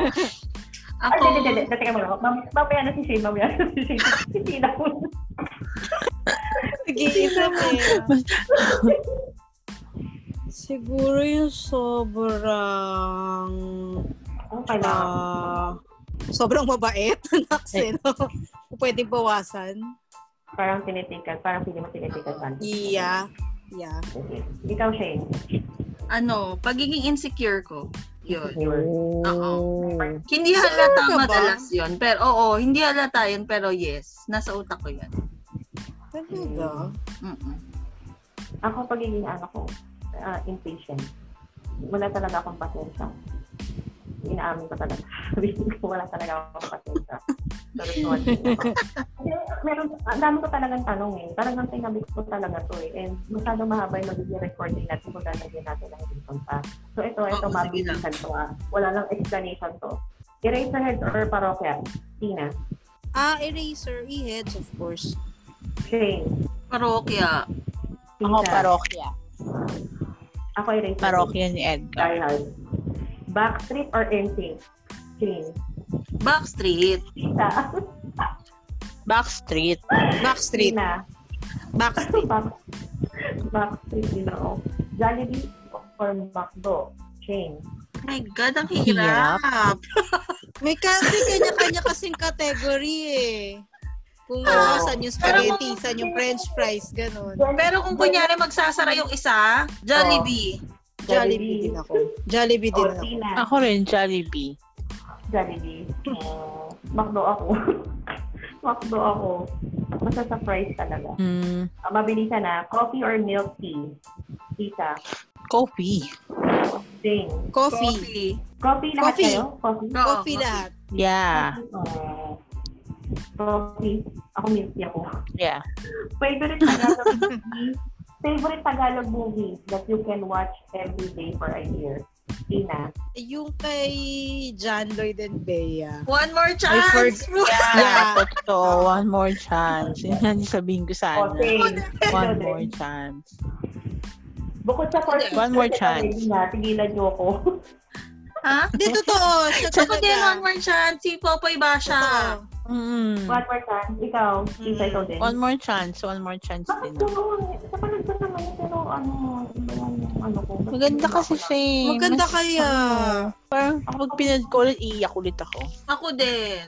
[SPEAKER 2] Ako...
[SPEAKER 3] Ako,
[SPEAKER 2] Ay, dede, dede, teka muna. Mam- Mamaya na si Shane, mamaya na si Shane. [laughs] Si Tina muna.
[SPEAKER 1] Nag-iisip eh. Siguro yung sobrang
[SPEAKER 2] Ang kailangan.
[SPEAKER 1] ah sobrang mabait na sino pwedeng bawasan.
[SPEAKER 2] Parang tinitikan, parang hindi mo tinitikan pa.
[SPEAKER 1] Yeah. Yeah.
[SPEAKER 2] Okay. Ikaw, Shane.
[SPEAKER 3] ano, pagiging insecure ko. Yun.
[SPEAKER 2] Yun.
[SPEAKER 3] Oo.
[SPEAKER 4] Oh.
[SPEAKER 3] Hindi halata madalas yun. Pero oo, hindi halata yun. Pero yes, nasa utak ko yun.
[SPEAKER 1] Talaga.
[SPEAKER 3] Mm-mm.
[SPEAKER 2] Ako pagiging ano ko, ah, impatient. Wala talaga akong pasensya. Inaamin ko talaga. [laughs] Sabihin ko, wala talaga akong pasensya. Pero tuwan din ako. Kasi Meron, ang dami ko talagang tanong eh. Talagang tinabi ko talaga to eh. And masyado mahaba yung magiging recording natin kung lalagyan natin ng reason pa. So ito, ito,
[SPEAKER 4] Oh,
[SPEAKER 3] Oo, sige lang.
[SPEAKER 2] mabilisan to ah. Wala lang explanation to. Eraserhead or parokya? Tina,
[SPEAKER 6] Ah, eraser, e-heads, of course.
[SPEAKER 2] Shane,
[SPEAKER 3] Parokya.
[SPEAKER 4] Ako,
[SPEAKER 2] Tita.
[SPEAKER 4] parokya.
[SPEAKER 2] Ako eraserhead.
[SPEAKER 4] Parokya ni Edgar.
[SPEAKER 2] Die Hard. Backstreet or NSYNC? Shane.
[SPEAKER 3] Backstreet.
[SPEAKER 2] Sa
[SPEAKER 4] Backstreet.
[SPEAKER 1] Backstreet.
[SPEAKER 2] na.
[SPEAKER 1] Backstreet.
[SPEAKER 2] [laughs] Back, backstreet din ako. Jollibee or McDo? Shane.
[SPEAKER 3] My God, ang
[SPEAKER 4] Hirap.
[SPEAKER 3] hirap.
[SPEAKER 6] May kasi kanya-kanya kasing category eh. Kung
[SPEAKER 2] Oo.
[SPEAKER 6] oh, saan yung
[SPEAKER 3] Pero
[SPEAKER 6] spaghetti, saan yung french fries, ganun.
[SPEAKER 3] Pero kung kunyari magsasara yung isa, Jollibee.
[SPEAKER 1] Jollibee din ako. Jollibee din
[SPEAKER 2] Oh,
[SPEAKER 1] ako.
[SPEAKER 2] Tina.
[SPEAKER 3] Ah.
[SPEAKER 4] Ako rin, Jollibee.
[SPEAKER 2] Mm, [laughs] Jollibee. Uh, McDo ako. McDo ako. Basta surprise talaga.
[SPEAKER 4] Mm,
[SPEAKER 2] Uh, mabilisan na. Coffee or milk tea? Tita.
[SPEAKER 4] coffee.
[SPEAKER 2] Jane.
[SPEAKER 6] Coffee.
[SPEAKER 3] Coffee. Ah.
[SPEAKER 2] Coffee lahat
[SPEAKER 6] Coffee.
[SPEAKER 2] kayo? Coffee?
[SPEAKER 3] Oo,
[SPEAKER 6] Coffee lahat.
[SPEAKER 4] Yeah.
[SPEAKER 2] Oh. coffee. Ako milk tea ako.
[SPEAKER 4] Yeah.
[SPEAKER 3] [laughs]
[SPEAKER 2] Favorite Tagalog movie? Favorite Tagalog movie that you can watch every day for a year? Tina.
[SPEAKER 6] Yung kay John Lloyd and Bea.
[SPEAKER 3] One more chance.
[SPEAKER 6] [laughs]
[SPEAKER 4] Yeah,
[SPEAKER 6] Yeah.
[SPEAKER 4] totoo. One more chance. Yun ang sabihin ko sana.
[SPEAKER 2] Okay.
[SPEAKER 4] One more chance.
[SPEAKER 2] Bukod sa first
[SPEAKER 4] One more
[SPEAKER 2] kasi
[SPEAKER 4] chance.
[SPEAKER 2] already
[SPEAKER 4] Hmm.
[SPEAKER 2] Na, tigilan niyo ako.
[SPEAKER 3] [laughs] Ha?
[SPEAKER 6] Hindi, [laughs] totoo. Siya
[SPEAKER 3] Ako din,
[SPEAKER 6] talaga.
[SPEAKER 3] one more chance. Si Popoy ba siya?
[SPEAKER 6] Totoo.
[SPEAKER 2] [laughs]
[SPEAKER 4] Mm.
[SPEAKER 2] One more chance. Ikaw, Tita, ikaw din.
[SPEAKER 4] One more chance. One more chance
[SPEAKER 2] Bakit
[SPEAKER 4] din.
[SPEAKER 2] ganun? Sa panood ko naman, pero ano, iba yung ano ko.
[SPEAKER 4] Maganda kasi siya eh.
[SPEAKER 6] Maganda
[SPEAKER 4] Mas-
[SPEAKER 6] kaya.
[SPEAKER 4] Parang kapag pinad ko ulit, iiyak ulit ako.
[SPEAKER 3] Ako din.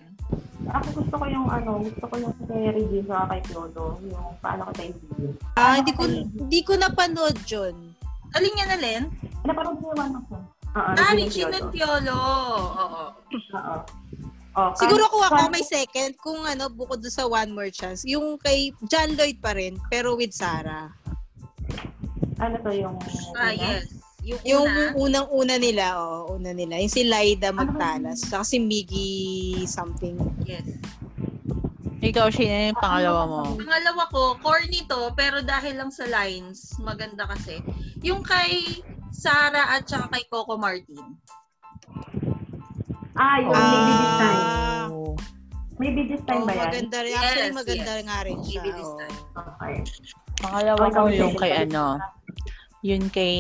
[SPEAKER 2] Ako gusto ko yung ano, gusto ko yung kay Regine sa kay Clodo, yung paano ka tayo bigyan.
[SPEAKER 6] Ah, hindi ko, hindi ko napanood yun.
[SPEAKER 3] Alin yan, Alin?
[SPEAKER 2] Ano parang ginawa na ko? Oo,
[SPEAKER 3] Ah,
[SPEAKER 2] Regine
[SPEAKER 3] Richie
[SPEAKER 2] Clodo.
[SPEAKER 3] Nuntiolo. Oo.
[SPEAKER 2] Oo. Ah, Oh, kahit-
[SPEAKER 6] Siguro kung ako
[SPEAKER 2] kahit-
[SPEAKER 6] may second, kung ano, bukod doon sa One More Chance, yung kay John Lloyd pa rin, pero with Sarah.
[SPEAKER 2] Ano to yung...
[SPEAKER 3] Ah, yes. Yung,
[SPEAKER 6] Diba? Yung
[SPEAKER 3] una.
[SPEAKER 6] unang-una nila, oh, una nila. Yung si Laida
[SPEAKER 2] Ano?
[SPEAKER 6] Magtalas, saka si Miggy something.
[SPEAKER 3] Yes.
[SPEAKER 4] Ikaw, Shane, ano yung pangalawa mo?
[SPEAKER 3] Pangalawa ko, corny to, pero dahil lang sa lines, maganda kasi. Yung kay Sarah at saka kay Coco Martin.
[SPEAKER 2] Ah, yung
[SPEAKER 6] Ah.
[SPEAKER 2] maybe this time.
[SPEAKER 6] Ah.
[SPEAKER 4] Oh.
[SPEAKER 2] Maybe this time
[SPEAKER 6] Oh,
[SPEAKER 2] ba yan?
[SPEAKER 6] maganda rin. Actually,
[SPEAKER 3] Yes,
[SPEAKER 6] maganda nga rin siya.
[SPEAKER 3] Maybe this
[SPEAKER 6] oh.
[SPEAKER 3] time.
[SPEAKER 2] Okay.
[SPEAKER 4] Pangalawa
[SPEAKER 2] Ikaw,
[SPEAKER 4] ko yung
[SPEAKER 2] Shane.
[SPEAKER 4] kay ano, yun kay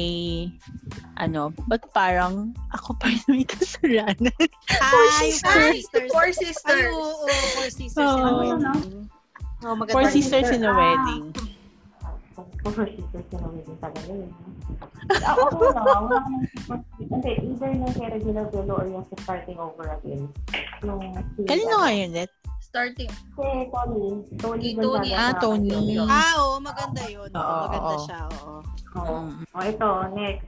[SPEAKER 4] ano, ba't parang ako pa rin may kasalanan?
[SPEAKER 6] Four
[SPEAKER 3] Ay,
[SPEAKER 6] sisters. Ay,
[SPEAKER 3] Four sisters.
[SPEAKER 6] oo, oo, four sisters.
[SPEAKER 4] Oo.
[SPEAKER 6] Ano,
[SPEAKER 2] Ano, no?
[SPEAKER 6] Oh, maganda.
[SPEAKER 4] Four
[SPEAKER 2] Four
[SPEAKER 4] sisters in a
[SPEAKER 2] sisters.
[SPEAKER 4] wedding.
[SPEAKER 2] Super sisters na naman yung talaga yun. Ako ko lang, wala akong super Hindi, either yung kay Regina Bello or yung sa starting over again. Yung...
[SPEAKER 4] Kanino nga eh. yun, Let?
[SPEAKER 3] Starting.
[SPEAKER 2] Si Tony. Tony
[SPEAKER 3] Si
[SPEAKER 2] Gonzaga
[SPEAKER 3] Tony.
[SPEAKER 4] Ah,
[SPEAKER 2] na-
[SPEAKER 4] Tony.
[SPEAKER 6] Ah, oo, maganda yun. Oo,
[SPEAKER 4] Oo,
[SPEAKER 6] maganda
[SPEAKER 4] oo.
[SPEAKER 6] siya, oo.
[SPEAKER 2] Oh. oh, ito, next.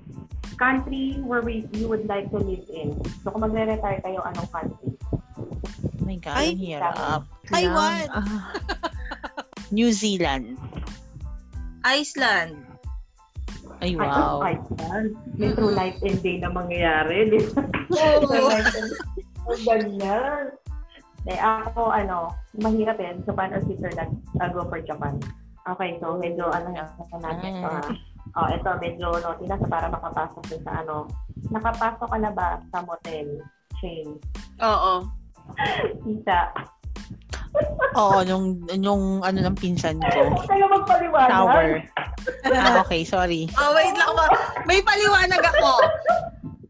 [SPEAKER 2] Country where we, you would like to live in. So, kung magre-retire kayo, anong country?
[SPEAKER 4] Oh my God,
[SPEAKER 6] Ay,
[SPEAKER 4] ang hirap.
[SPEAKER 6] Taiwan.
[SPEAKER 4] Ah. New Zealand.
[SPEAKER 3] Iceland.
[SPEAKER 4] Ay, wow.
[SPEAKER 2] Ay, Iceland. May true life and day na mangyayari. di ba? True life and Ang ganyan. Eh, ako, ano, mahirap yan. Japan or Switzerland. I'll uh, go for Japan. Okay, so medyo, ano na, ano natin ito, ha? Oh, ito, medyo, no, tinasa para makapasok din sa, ano, nakapasok ka na ba sa motel chain?
[SPEAKER 3] Oo.
[SPEAKER 2] Tita.
[SPEAKER 4] Oo, nung, nung ano ng pinsan ko.
[SPEAKER 2] Huwag kayo magpaliwanag.
[SPEAKER 4] Tower. Ah, okay, sorry.
[SPEAKER 3] Oh, wait lang ba? May paliwanag ako.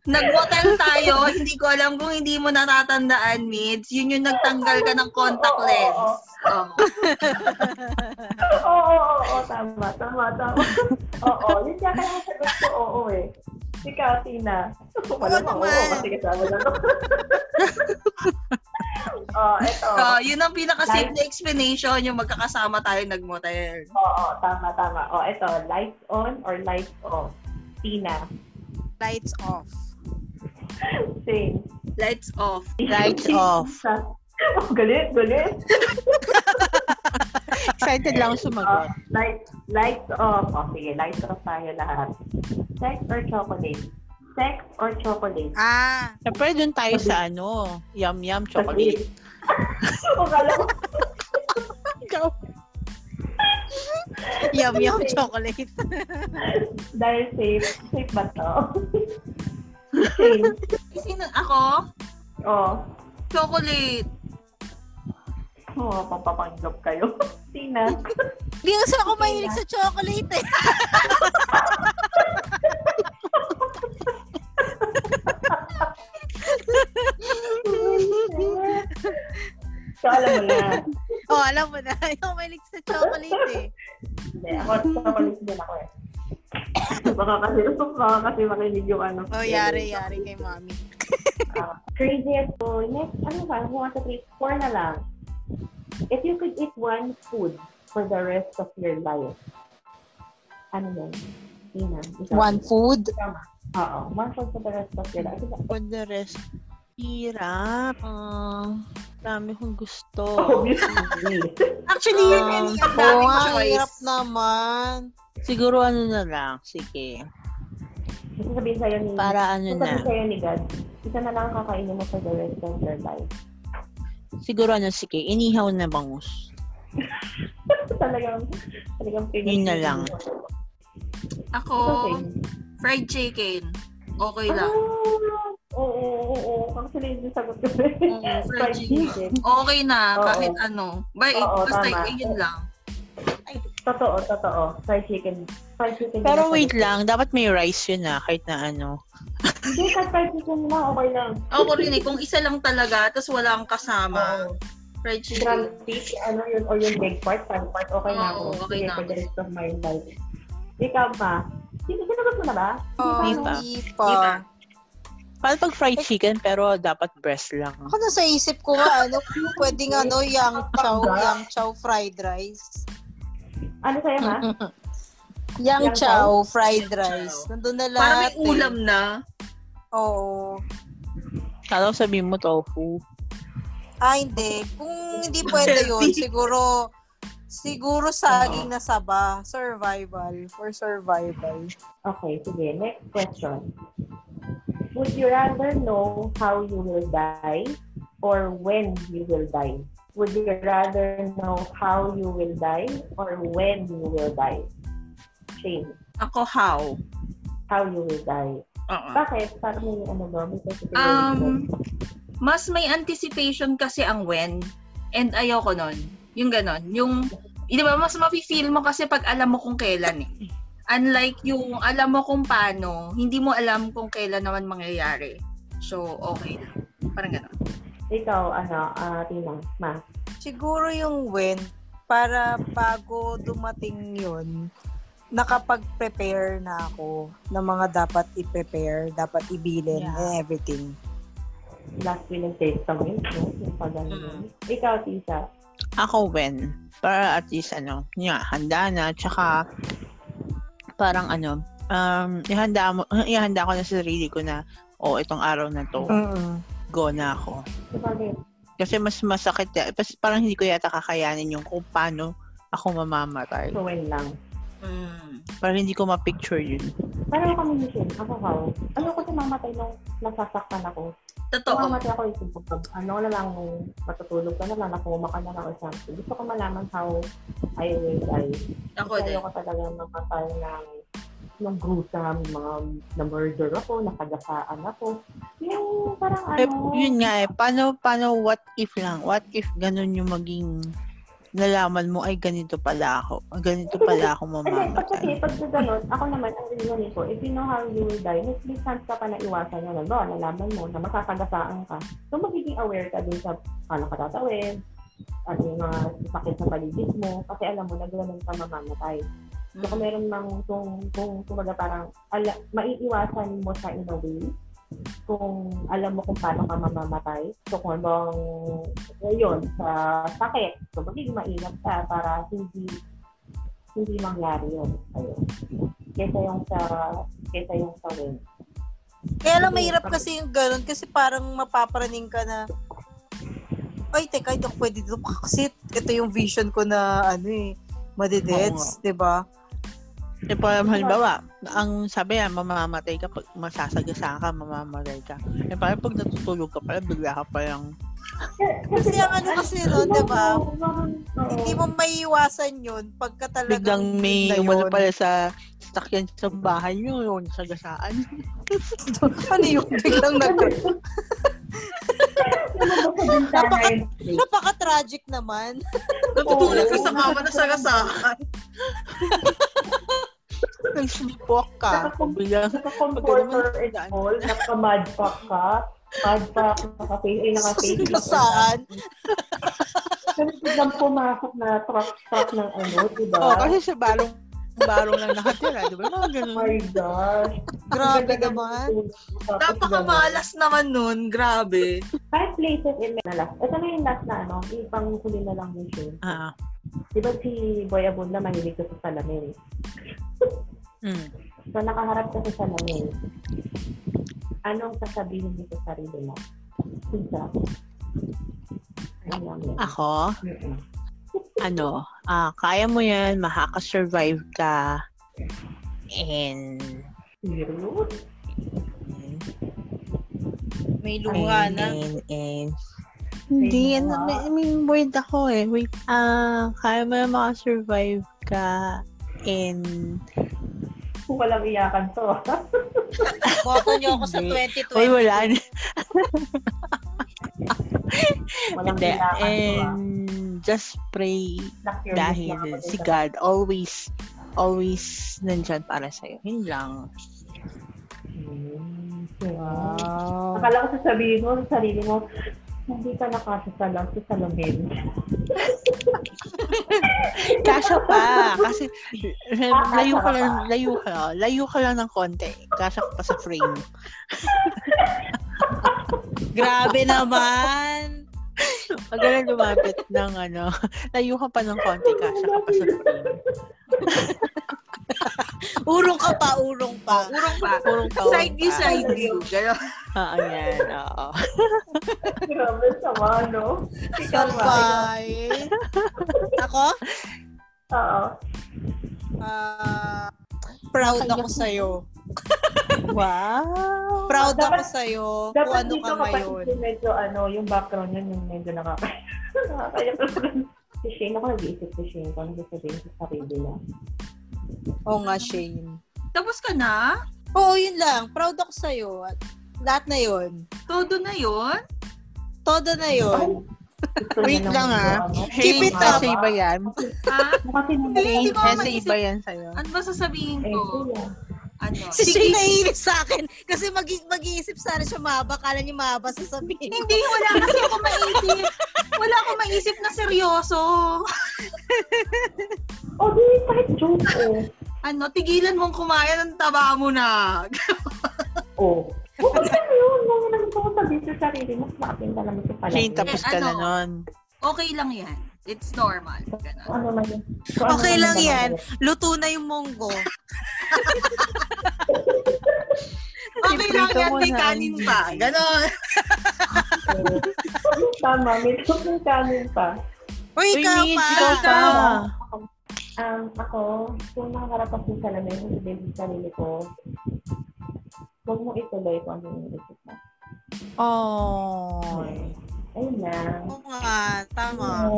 [SPEAKER 3] Nag-motel tayo, hindi ko alam kung hindi mo natatandaan, Mids. Yun yung nagtanggal ka ng contact lens. Oh.
[SPEAKER 2] [laughs] Oo, oo, oo, oo, tama, tama, tama. [laughs] oo, yun siya kaya ang sagot ko, oo eh. Ikaw, Tina.
[SPEAKER 6] Oo
[SPEAKER 2] Wala bang
[SPEAKER 6] naman.
[SPEAKER 2] oo kasi kasama na to. [laughs] Oo, eto.
[SPEAKER 3] So, yun ang pinaka-simple explanation, yung magkakasama tayo nag-motel.
[SPEAKER 2] Oo, tama, tama. Oo, eto, lights on or lights off? Tina.
[SPEAKER 6] Lights off.
[SPEAKER 2] Same.
[SPEAKER 3] Lights off.
[SPEAKER 2] [laughs]
[SPEAKER 4] Lights off.
[SPEAKER 2] Oh, galit, galit.
[SPEAKER 4] Excited lang sumagot.
[SPEAKER 2] Lights, lights off. Oh, sige, lights off tayo lahat. Sex or chocolate? Sex or chocolate?
[SPEAKER 6] Ah,
[SPEAKER 4] Siyempre, dun tayo sa ano, yum yum chocolate.
[SPEAKER 2] [laughs] Chocolate. O, kala ko
[SPEAKER 4] Ikaw.
[SPEAKER 6] yum yum chocolate.
[SPEAKER 2] eh. [laughs] Dahil safe. Safe ba to? [laughs] safe.
[SPEAKER 3] Sino? Ako?
[SPEAKER 2] Oo.
[SPEAKER 3] Chocolate.
[SPEAKER 2] Oo, oh, papapanggap kayo. [laughs]
[SPEAKER 4] [laughs]
[SPEAKER 2] Tina.
[SPEAKER 6] Hindi kasi ako mahilig sa chocolate eh.
[SPEAKER 2] So, alam mo na.
[SPEAKER 6] Oh, alam mo na. Hindi ako mahilig sa chocolate eh.
[SPEAKER 2] Hindi, ako, chocolate din ako eh. [coughs] baka kasi, baka kasi makinig yung ano.
[SPEAKER 6] Oh, yari, yari kay mami.
[SPEAKER 2] Ah, craziest food. Next, ano ba? Kung sa three, four na lang. If you could eat one food for the rest of your life, ano yun? Tina. ikaw.
[SPEAKER 1] food.
[SPEAKER 2] Oo, one food for the rest of your life.
[SPEAKER 4] For the rest Hirap. Ah, Dami kong gusto.
[SPEAKER 6] Oh.
[SPEAKER 2] [laughs] Obviously.
[SPEAKER 3] Actually,
[SPEAKER 2] Ah.
[SPEAKER 3] yun yun yung daming
[SPEAKER 4] nga,
[SPEAKER 3] choice.
[SPEAKER 4] hirap naman. Siguro ano na lang. Sige.
[SPEAKER 2] Gusto sabihin sa'yo ni...
[SPEAKER 4] Para ano
[SPEAKER 2] gusto
[SPEAKER 4] na.
[SPEAKER 2] sabihin sa'yo ni God, isa na lang ang kakainin mo for the rest of your life. [laughs]
[SPEAKER 4] Siguro ano, sige. Inihaw na bangus.
[SPEAKER 2] talagang, talagang
[SPEAKER 4] Yun na lang.
[SPEAKER 3] Ako,
[SPEAKER 2] Okay.
[SPEAKER 3] fried chicken. Okay
[SPEAKER 2] Ah,
[SPEAKER 3] lang.
[SPEAKER 2] Oo, oo, oo. Actually, yung sagot ko na yun.
[SPEAKER 3] Oo, fried
[SPEAKER 2] Fried
[SPEAKER 3] chicken.
[SPEAKER 2] chicken.
[SPEAKER 3] Okay na,
[SPEAKER 2] Oo.
[SPEAKER 3] kahit ano. By,
[SPEAKER 2] Oo,
[SPEAKER 3] basta
[SPEAKER 2] tama.
[SPEAKER 3] yun lang.
[SPEAKER 2] Totoo, totoo. Fried chicken. Fried chicken.
[SPEAKER 4] Pero
[SPEAKER 2] yung
[SPEAKER 4] wait
[SPEAKER 2] sagot ko.
[SPEAKER 4] lang. Dapat may rice yun ah. Kahit na ano.
[SPEAKER 2] Hindi, kahit fried chicken lang, okay lang.
[SPEAKER 3] Ako rin eh, kung isa lang talaga, tapos wala kang kasama.
[SPEAKER 2] Oo.
[SPEAKER 3] Fried chicken.
[SPEAKER 2] Grand piece, ano yun, or yung big part, pan part, okay na ako.
[SPEAKER 3] Oo,
[SPEAKER 2] Sige,
[SPEAKER 3] okay na
[SPEAKER 2] For the
[SPEAKER 3] ako.
[SPEAKER 2] rest of my life. Ikaw pa. Sino sinagot mo na ba?
[SPEAKER 4] Hindi
[SPEAKER 3] Diba?
[SPEAKER 4] pa.
[SPEAKER 1] Hindi
[SPEAKER 3] Di ba?
[SPEAKER 1] pa.
[SPEAKER 4] Parang pag fried chicken, pero dapat breast lang.
[SPEAKER 1] Ako na sa isip ko nga, ano, pwedeng ano, yang chow, yang chow fried rice.
[SPEAKER 2] Ano sa'yo, ma?
[SPEAKER 1] Yang
[SPEAKER 2] Yang
[SPEAKER 1] chow fried
[SPEAKER 3] Yang
[SPEAKER 1] rice.
[SPEAKER 3] chow.
[SPEAKER 1] Nandun na lahat.
[SPEAKER 3] Parang may
[SPEAKER 1] eh.
[SPEAKER 3] ulam na.
[SPEAKER 1] Oo.
[SPEAKER 4] Kala ko sabihin mo tofu.
[SPEAKER 1] Ah, hindi. Kung hindi pwede yun, siguro, siguro saging na saba. Survival. For survival.
[SPEAKER 2] Okay, sige. Next question. Would you rather know how you will die or when you will die? Would you rather know how you will die or when you will die? Shane,
[SPEAKER 3] Ako, how?
[SPEAKER 2] how you will die.
[SPEAKER 3] Oo.
[SPEAKER 2] Bakit? Parang may ano ba? May particular
[SPEAKER 3] Um, mas may anticipation kasi ang when. And ayoko nun. Yung ganon. Yung, eh, di ba, mas mafe-feel mo kasi pag alam mo kung kailan eh. Unlike yung alam mo kung paano, hindi mo alam kung kailan naman mangyayari. So, okay lang. Parang ganon.
[SPEAKER 2] reason? Ikaw, ano, ah, Tina, ma.
[SPEAKER 1] Siguro yung when, para bago dumating yun, nakapag-prepare na ako ng mga dapat i-prepare, dapat ibilin,
[SPEAKER 3] Yeah.
[SPEAKER 1] and everything.
[SPEAKER 2] Last will and testament. no? Yung pag-ano.
[SPEAKER 3] Mm.
[SPEAKER 2] Ikaw, Tisa.
[SPEAKER 4] Ako when. Para at least ano, yun nga, handa na. Tsaka, parang ano, um, ihanda, mo, [laughs] ihanda ko na sa sarili ko na, oh, itong araw na to, go na ako.
[SPEAKER 2] Sabagay.
[SPEAKER 4] Kasi mas masakit, ya- pas- parang hindi ko yata kakayanin yung kung paano ako mamamatay.
[SPEAKER 2] So, when lang.
[SPEAKER 3] Mm.
[SPEAKER 4] Parang hindi ko ma-picture yun.
[SPEAKER 2] Pareho kami ni Shane. Ako, how? Ayoko sumamatay nung nasasaktan ako. Totoo.
[SPEAKER 3] Totoo.
[SPEAKER 2] Mamatay ako isip ko, pag ano na lang, matutulog ka na lang, nakuma ka na lang or something. Gusto ko malaman how I will die.
[SPEAKER 3] Ako
[SPEAKER 2] Kasi
[SPEAKER 3] din.
[SPEAKER 2] Ayoko talaga makapal ng ng gruesome, mga na-murder ako, nakagasaan ako. Yung parang
[SPEAKER 4] Eh,
[SPEAKER 2] ano,
[SPEAKER 4] yun nga eh, paano, paano, what if lang? What if ganun yung maging nalaman mo, ay ganito pala ako. Ay, Ganito pala ako
[SPEAKER 2] Kasi pag kasi, [laughs]
[SPEAKER 4] mamamatay.
[SPEAKER 2] pag sa ganun, ako naman, ang reason ko, if you know how you will die, mas may chance ka pa na iwasan yun. Ano, nalaman mo na makakagasaan ka. So, magiging aware ka dun sa paano ka tatawid, ano yung mga sakit sa paligid mo, kasi alam mo na ganun ka mamamatay. So,
[SPEAKER 3] Mm.
[SPEAKER 2] kung meron mang, kung, kung, kumbaga parang, ala, maiiwasan mo siya in a way, kung alam mo kung paano ka mamamatay. So, kung anong, yun, sa sakit. So, magiging maingat ka para hindi, hindi mangyari yun. Ayun. Kesa yung sa, kesa yung sa win.
[SPEAKER 1] Kaya lang mahirap kasi yung ganun kasi parang mapaparaning ka na ay, teka, hindi ako pwede dito kasi ito yung vision ko na ano eh, madedets, di ba?
[SPEAKER 4] Eh, parang halimbawa, ang sabi yan, mamamatay ka, pag masasagasa ka, mamamatay ka. Eh, parang pag natutulog ka pala, bigla ka palang,
[SPEAKER 1] Kasi ang ano kasi nun, di ba? Hindi
[SPEAKER 2] Hindi
[SPEAKER 1] mo maiiwasan yun pagka talagang
[SPEAKER 4] biglang may
[SPEAKER 1] yun na
[SPEAKER 4] umano
[SPEAKER 1] yun.
[SPEAKER 4] pala sa stakyan sa bahay nyo, yung nasagasaan.
[SPEAKER 1] [laughs] ano yun? Biglang nag...
[SPEAKER 2] [laughs]
[SPEAKER 1] Napaka, napaka-tragic naman.
[SPEAKER 3] Natutulog ka sa kama na sagasakan.
[SPEAKER 4] Nag-sleepwalk ka. Biglang,
[SPEAKER 2] Naka-comforter and all, naka-madpack ka, madpack, naka-face, ay naka-face.
[SPEAKER 1] Saan?
[SPEAKER 2] Kasi biglang pumasok na truck, truck ng ano, diba?
[SPEAKER 4] oh, kasi sa barong, barong lang nakatira, di ba? Mga
[SPEAKER 2] Oh
[SPEAKER 4] ganun.
[SPEAKER 2] my gosh.
[SPEAKER 1] Grabe naman.
[SPEAKER 3] Napakamalas naman nun. Grabe.
[SPEAKER 2] Five places in Manila. Ito na yung last na ano, yung pang huli na lang yung show.
[SPEAKER 4] Ah,
[SPEAKER 2] Di ba si Boy Abunda mahilig ka sa salamin eh.
[SPEAKER 4] mm.
[SPEAKER 2] So nakaharap ka sa salamin. Anong sasabihin mo sa sarili mo? pizza. Ayun lang yun.
[SPEAKER 4] Ako,
[SPEAKER 2] Mm-mm.
[SPEAKER 4] ano, ah, kaya mo yan, makakasurvive ka, and,
[SPEAKER 2] Cute.
[SPEAKER 5] May luha
[SPEAKER 4] and,
[SPEAKER 5] na.
[SPEAKER 4] and, and, hindi, ano, may, I mean, word ako eh. Wait, ah, kaya mo yan, makasurvive ka, and,
[SPEAKER 2] Kung walang iyakan to. [laughs]
[SPEAKER 5] Boto niyo ako sa
[SPEAKER 4] Hindi.
[SPEAKER 5] 2020.
[SPEAKER 4] Uy, wala na.
[SPEAKER 2] Walang
[SPEAKER 4] Hindi.
[SPEAKER 2] iyakan to.
[SPEAKER 4] And just pray
[SPEAKER 2] ah. Na-curious
[SPEAKER 4] dahil
[SPEAKER 2] lang ako dito.
[SPEAKER 4] si God always, always nandyan para sa'yo. Yun lang.
[SPEAKER 2] Mm,
[SPEAKER 4] Ah,
[SPEAKER 2] Wow. Akala ko sasabihin mo sa sarili mo, hindi ka nakasasalang sa salamin. [laughs]
[SPEAKER 4] Kasya pa. Kasi, layo ka lang, layo ka, layo ka lang ng konti. Kasya ka pa sa frame.
[SPEAKER 5] Grabe naman.
[SPEAKER 4] Pag ganun lumapit ng ano, [laughs] layo ka pa ng konti, kasya ka pa sa frame.
[SPEAKER 5] Urong ka pa, urong pa.
[SPEAKER 3] Urong pa.
[SPEAKER 4] Purong taon
[SPEAKER 3] Side view,
[SPEAKER 4] pa. Ah.
[SPEAKER 3] side view. Ganon.
[SPEAKER 4] Oo, yan. Ah, Oo.
[SPEAKER 2] Grabe, sama, no?
[SPEAKER 1] Sabay.
[SPEAKER 5] Ako?
[SPEAKER 2] Oo.
[SPEAKER 1] Ah, proud ako sa'yo.
[SPEAKER 4] Wow.
[SPEAKER 1] Proud ako
[SPEAKER 2] Dapat-
[SPEAKER 1] sa'yo kung
[SPEAKER 2] Dapat
[SPEAKER 1] ano
[SPEAKER 2] dito
[SPEAKER 1] ka
[SPEAKER 2] kapag
[SPEAKER 1] ngayon.
[SPEAKER 2] medyo ano, yung background niya, yung medyo nakaka... Nakakaya [laughs] Si Shane, ako nag-iisip si Shane kung ano sasabihin sa sarili niya.
[SPEAKER 1] Oo nga, Shane.
[SPEAKER 3] Tapos ka na?
[SPEAKER 1] Oo, yun lang. Proud ako sa'yo. At lahat na yun.
[SPEAKER 3] Todo na yun?
[SPEAKER 1] Todo na yun.
[SPEAKER 2] Gusto
[SPEAKER 4] Wait
[SPEAKER 2] niya ng
[SPEAKER 4] lang, ah.
[SPEAKER 2] ano,
[SPEAKER 1] Keep it up.
[SPEAKER 4] Essay ba yan?
[SPEAKER 3] Ha?
[SPEAKER 2] Mukhang
[SPEAKER 3] Hindi,
[SPEAKER 2] sinungaling.
[SPEAKER 3] hindi ko
[SPEAKER 4] Essay
[SPEAKER 3] maisip.
[SPEAKER 4] ba yan sa'yo?
[SPEAKER 3] Ano ba sasabihin
[SPEAKER 2] Eh,
[SPEAKER 3] ko?
[SPEAKER 2] kuya.
[SPEAKER 3] Ano?
[SPEAKER 1] Si Shane naiinis sa akin kasi mag- mag-iisip sana siya mahaba. Kala niya mahaba sasabihin.
[SPEAKER 3] Hindi, wala kasi ako maisip. Wala akong maisip na seryoso.
[SPEAKER 2] Oh, di, kahit joke, oh.
[SPEAKER 3] Ano, tigilan mong kumain ng taba mo na.
[SPEAKER 2] Oh. Huwag ka na yun. Huwag mo naman kung sabihin sa sarili mo. Makating na naman sa palamin.
[SPEAKER 4] Shane, tapos ka na
[SPEAKER 3] Ano?
[SPEAKER 4] nun.
[SPEAKER 3] Okay lang yan. It's normal. Ganon.
[SPEAKER 2] Ano man yun. Kung ano
[SPEAKER 6] Okay
[SPEAKER 2] man
[SPEAKER 6] lang
[SPEAKER 2] naman
[SPEAKER 6] yan.
[SPEAKER 2] yun.
[SPEAKER 6] Luto na yung munggo.
[SPEAKER 3] Okay lang
[SPEAKER 4] Iprito
[SPEAKER 3] yan,
[SPEAKER 4] mo
[SPEAKER 3] may
[SPEAKER 4] na.
[SPEAKER 3] kanin pa. Ganon.
[SPEAKER 2] Oo. [laughs] Tama, may tukong kanin pa.
[SPEAKER 6] Uy,
[SPEAKER 4] Uy,
[SPEAKER 6] ikaw
[SPEAKER 4] Mitch,
[SPEAKER 6] pa.
[SPEAKER 4] ikaw pa.
[SPEAKER 2] Um, ako, kung nakaharap ako sa salamin, kung sabihin sa sarili ko, huwag mong ituloy kung ano yung isip mo.
[SPEAKER 4] Oh.
[SPEAKER 2] Ayun lang.
[SPEAKER 6] Oo nga, tama.
[SPEAKER 2] So,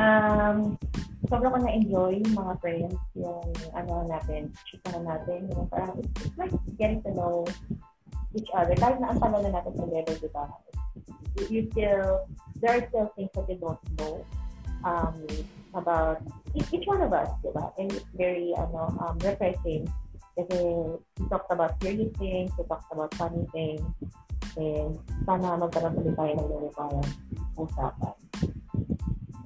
[SPEAKER 2] um, sobrang ko na-enjoy yung mga friends, yung ano natin, chika na natin, yung parang, it's like getting to know each other. Kahit na ang tagal na natin together, di ba? You- You still, there are still things that you don't know um, about e- each one of us, di ba? And it's very, ano, um, refreshing kasi we talked about serious things, we talked about funny things, and sana magkaroon ulit tayo ng ganun parang usapan.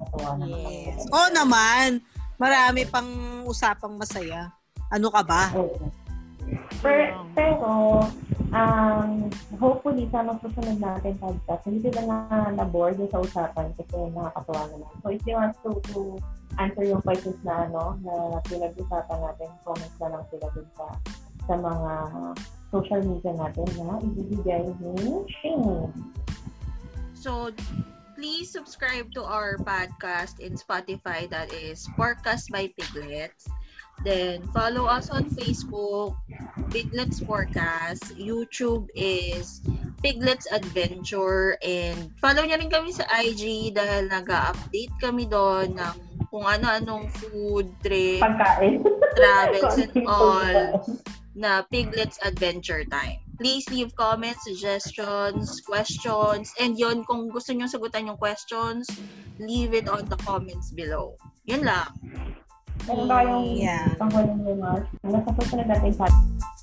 [SPEAKER 2] Natuwa naman. ako.
[SPEAKER 6] Yes. Oo naman. Marami pang usapang masaya. Ano ka ba?
[SPEAKER 2] Pero, pero um, hopefully sa mga susunod natin podcast, hindi sila na na-board sa usapan kasi nakakatawa naman. So if you want to, to answer yung questions na ano, na pinag-usapan natin, comments na lang sila dun sa, sa mga social media natin na ibibigay ni Shane.
[SPEAKER 3] So, please subscribe to our podcast in Spotify that is Podcast by Piglets. Then follow us on Facebook, Piglets Podcast. YouTube is Piglets Adventure. And follow niya rin kami sa IG dahil nag update kami doon ng kung ano-anong food, trip,
[SPEAKER 2] Pagkain.
[SPEAKER 3] travels, and
[SPEAKER 2] Konting
[SPEAKER 3] all
[SPEAKER 2] [laughs] pagkain.
[SPEAKER 3] na Piglets Adventure Time. Please leave comments, suggestions, questions, and yon kung gusto nyo sagutan yung questions, leave it on the comments below. Yun lang.
[SPEAKER 2] Meron ba kayong
[SPEAKER 6] Yeah.
[SPEAKER 2] panghuling remarks? Nasa susunod natin podcast.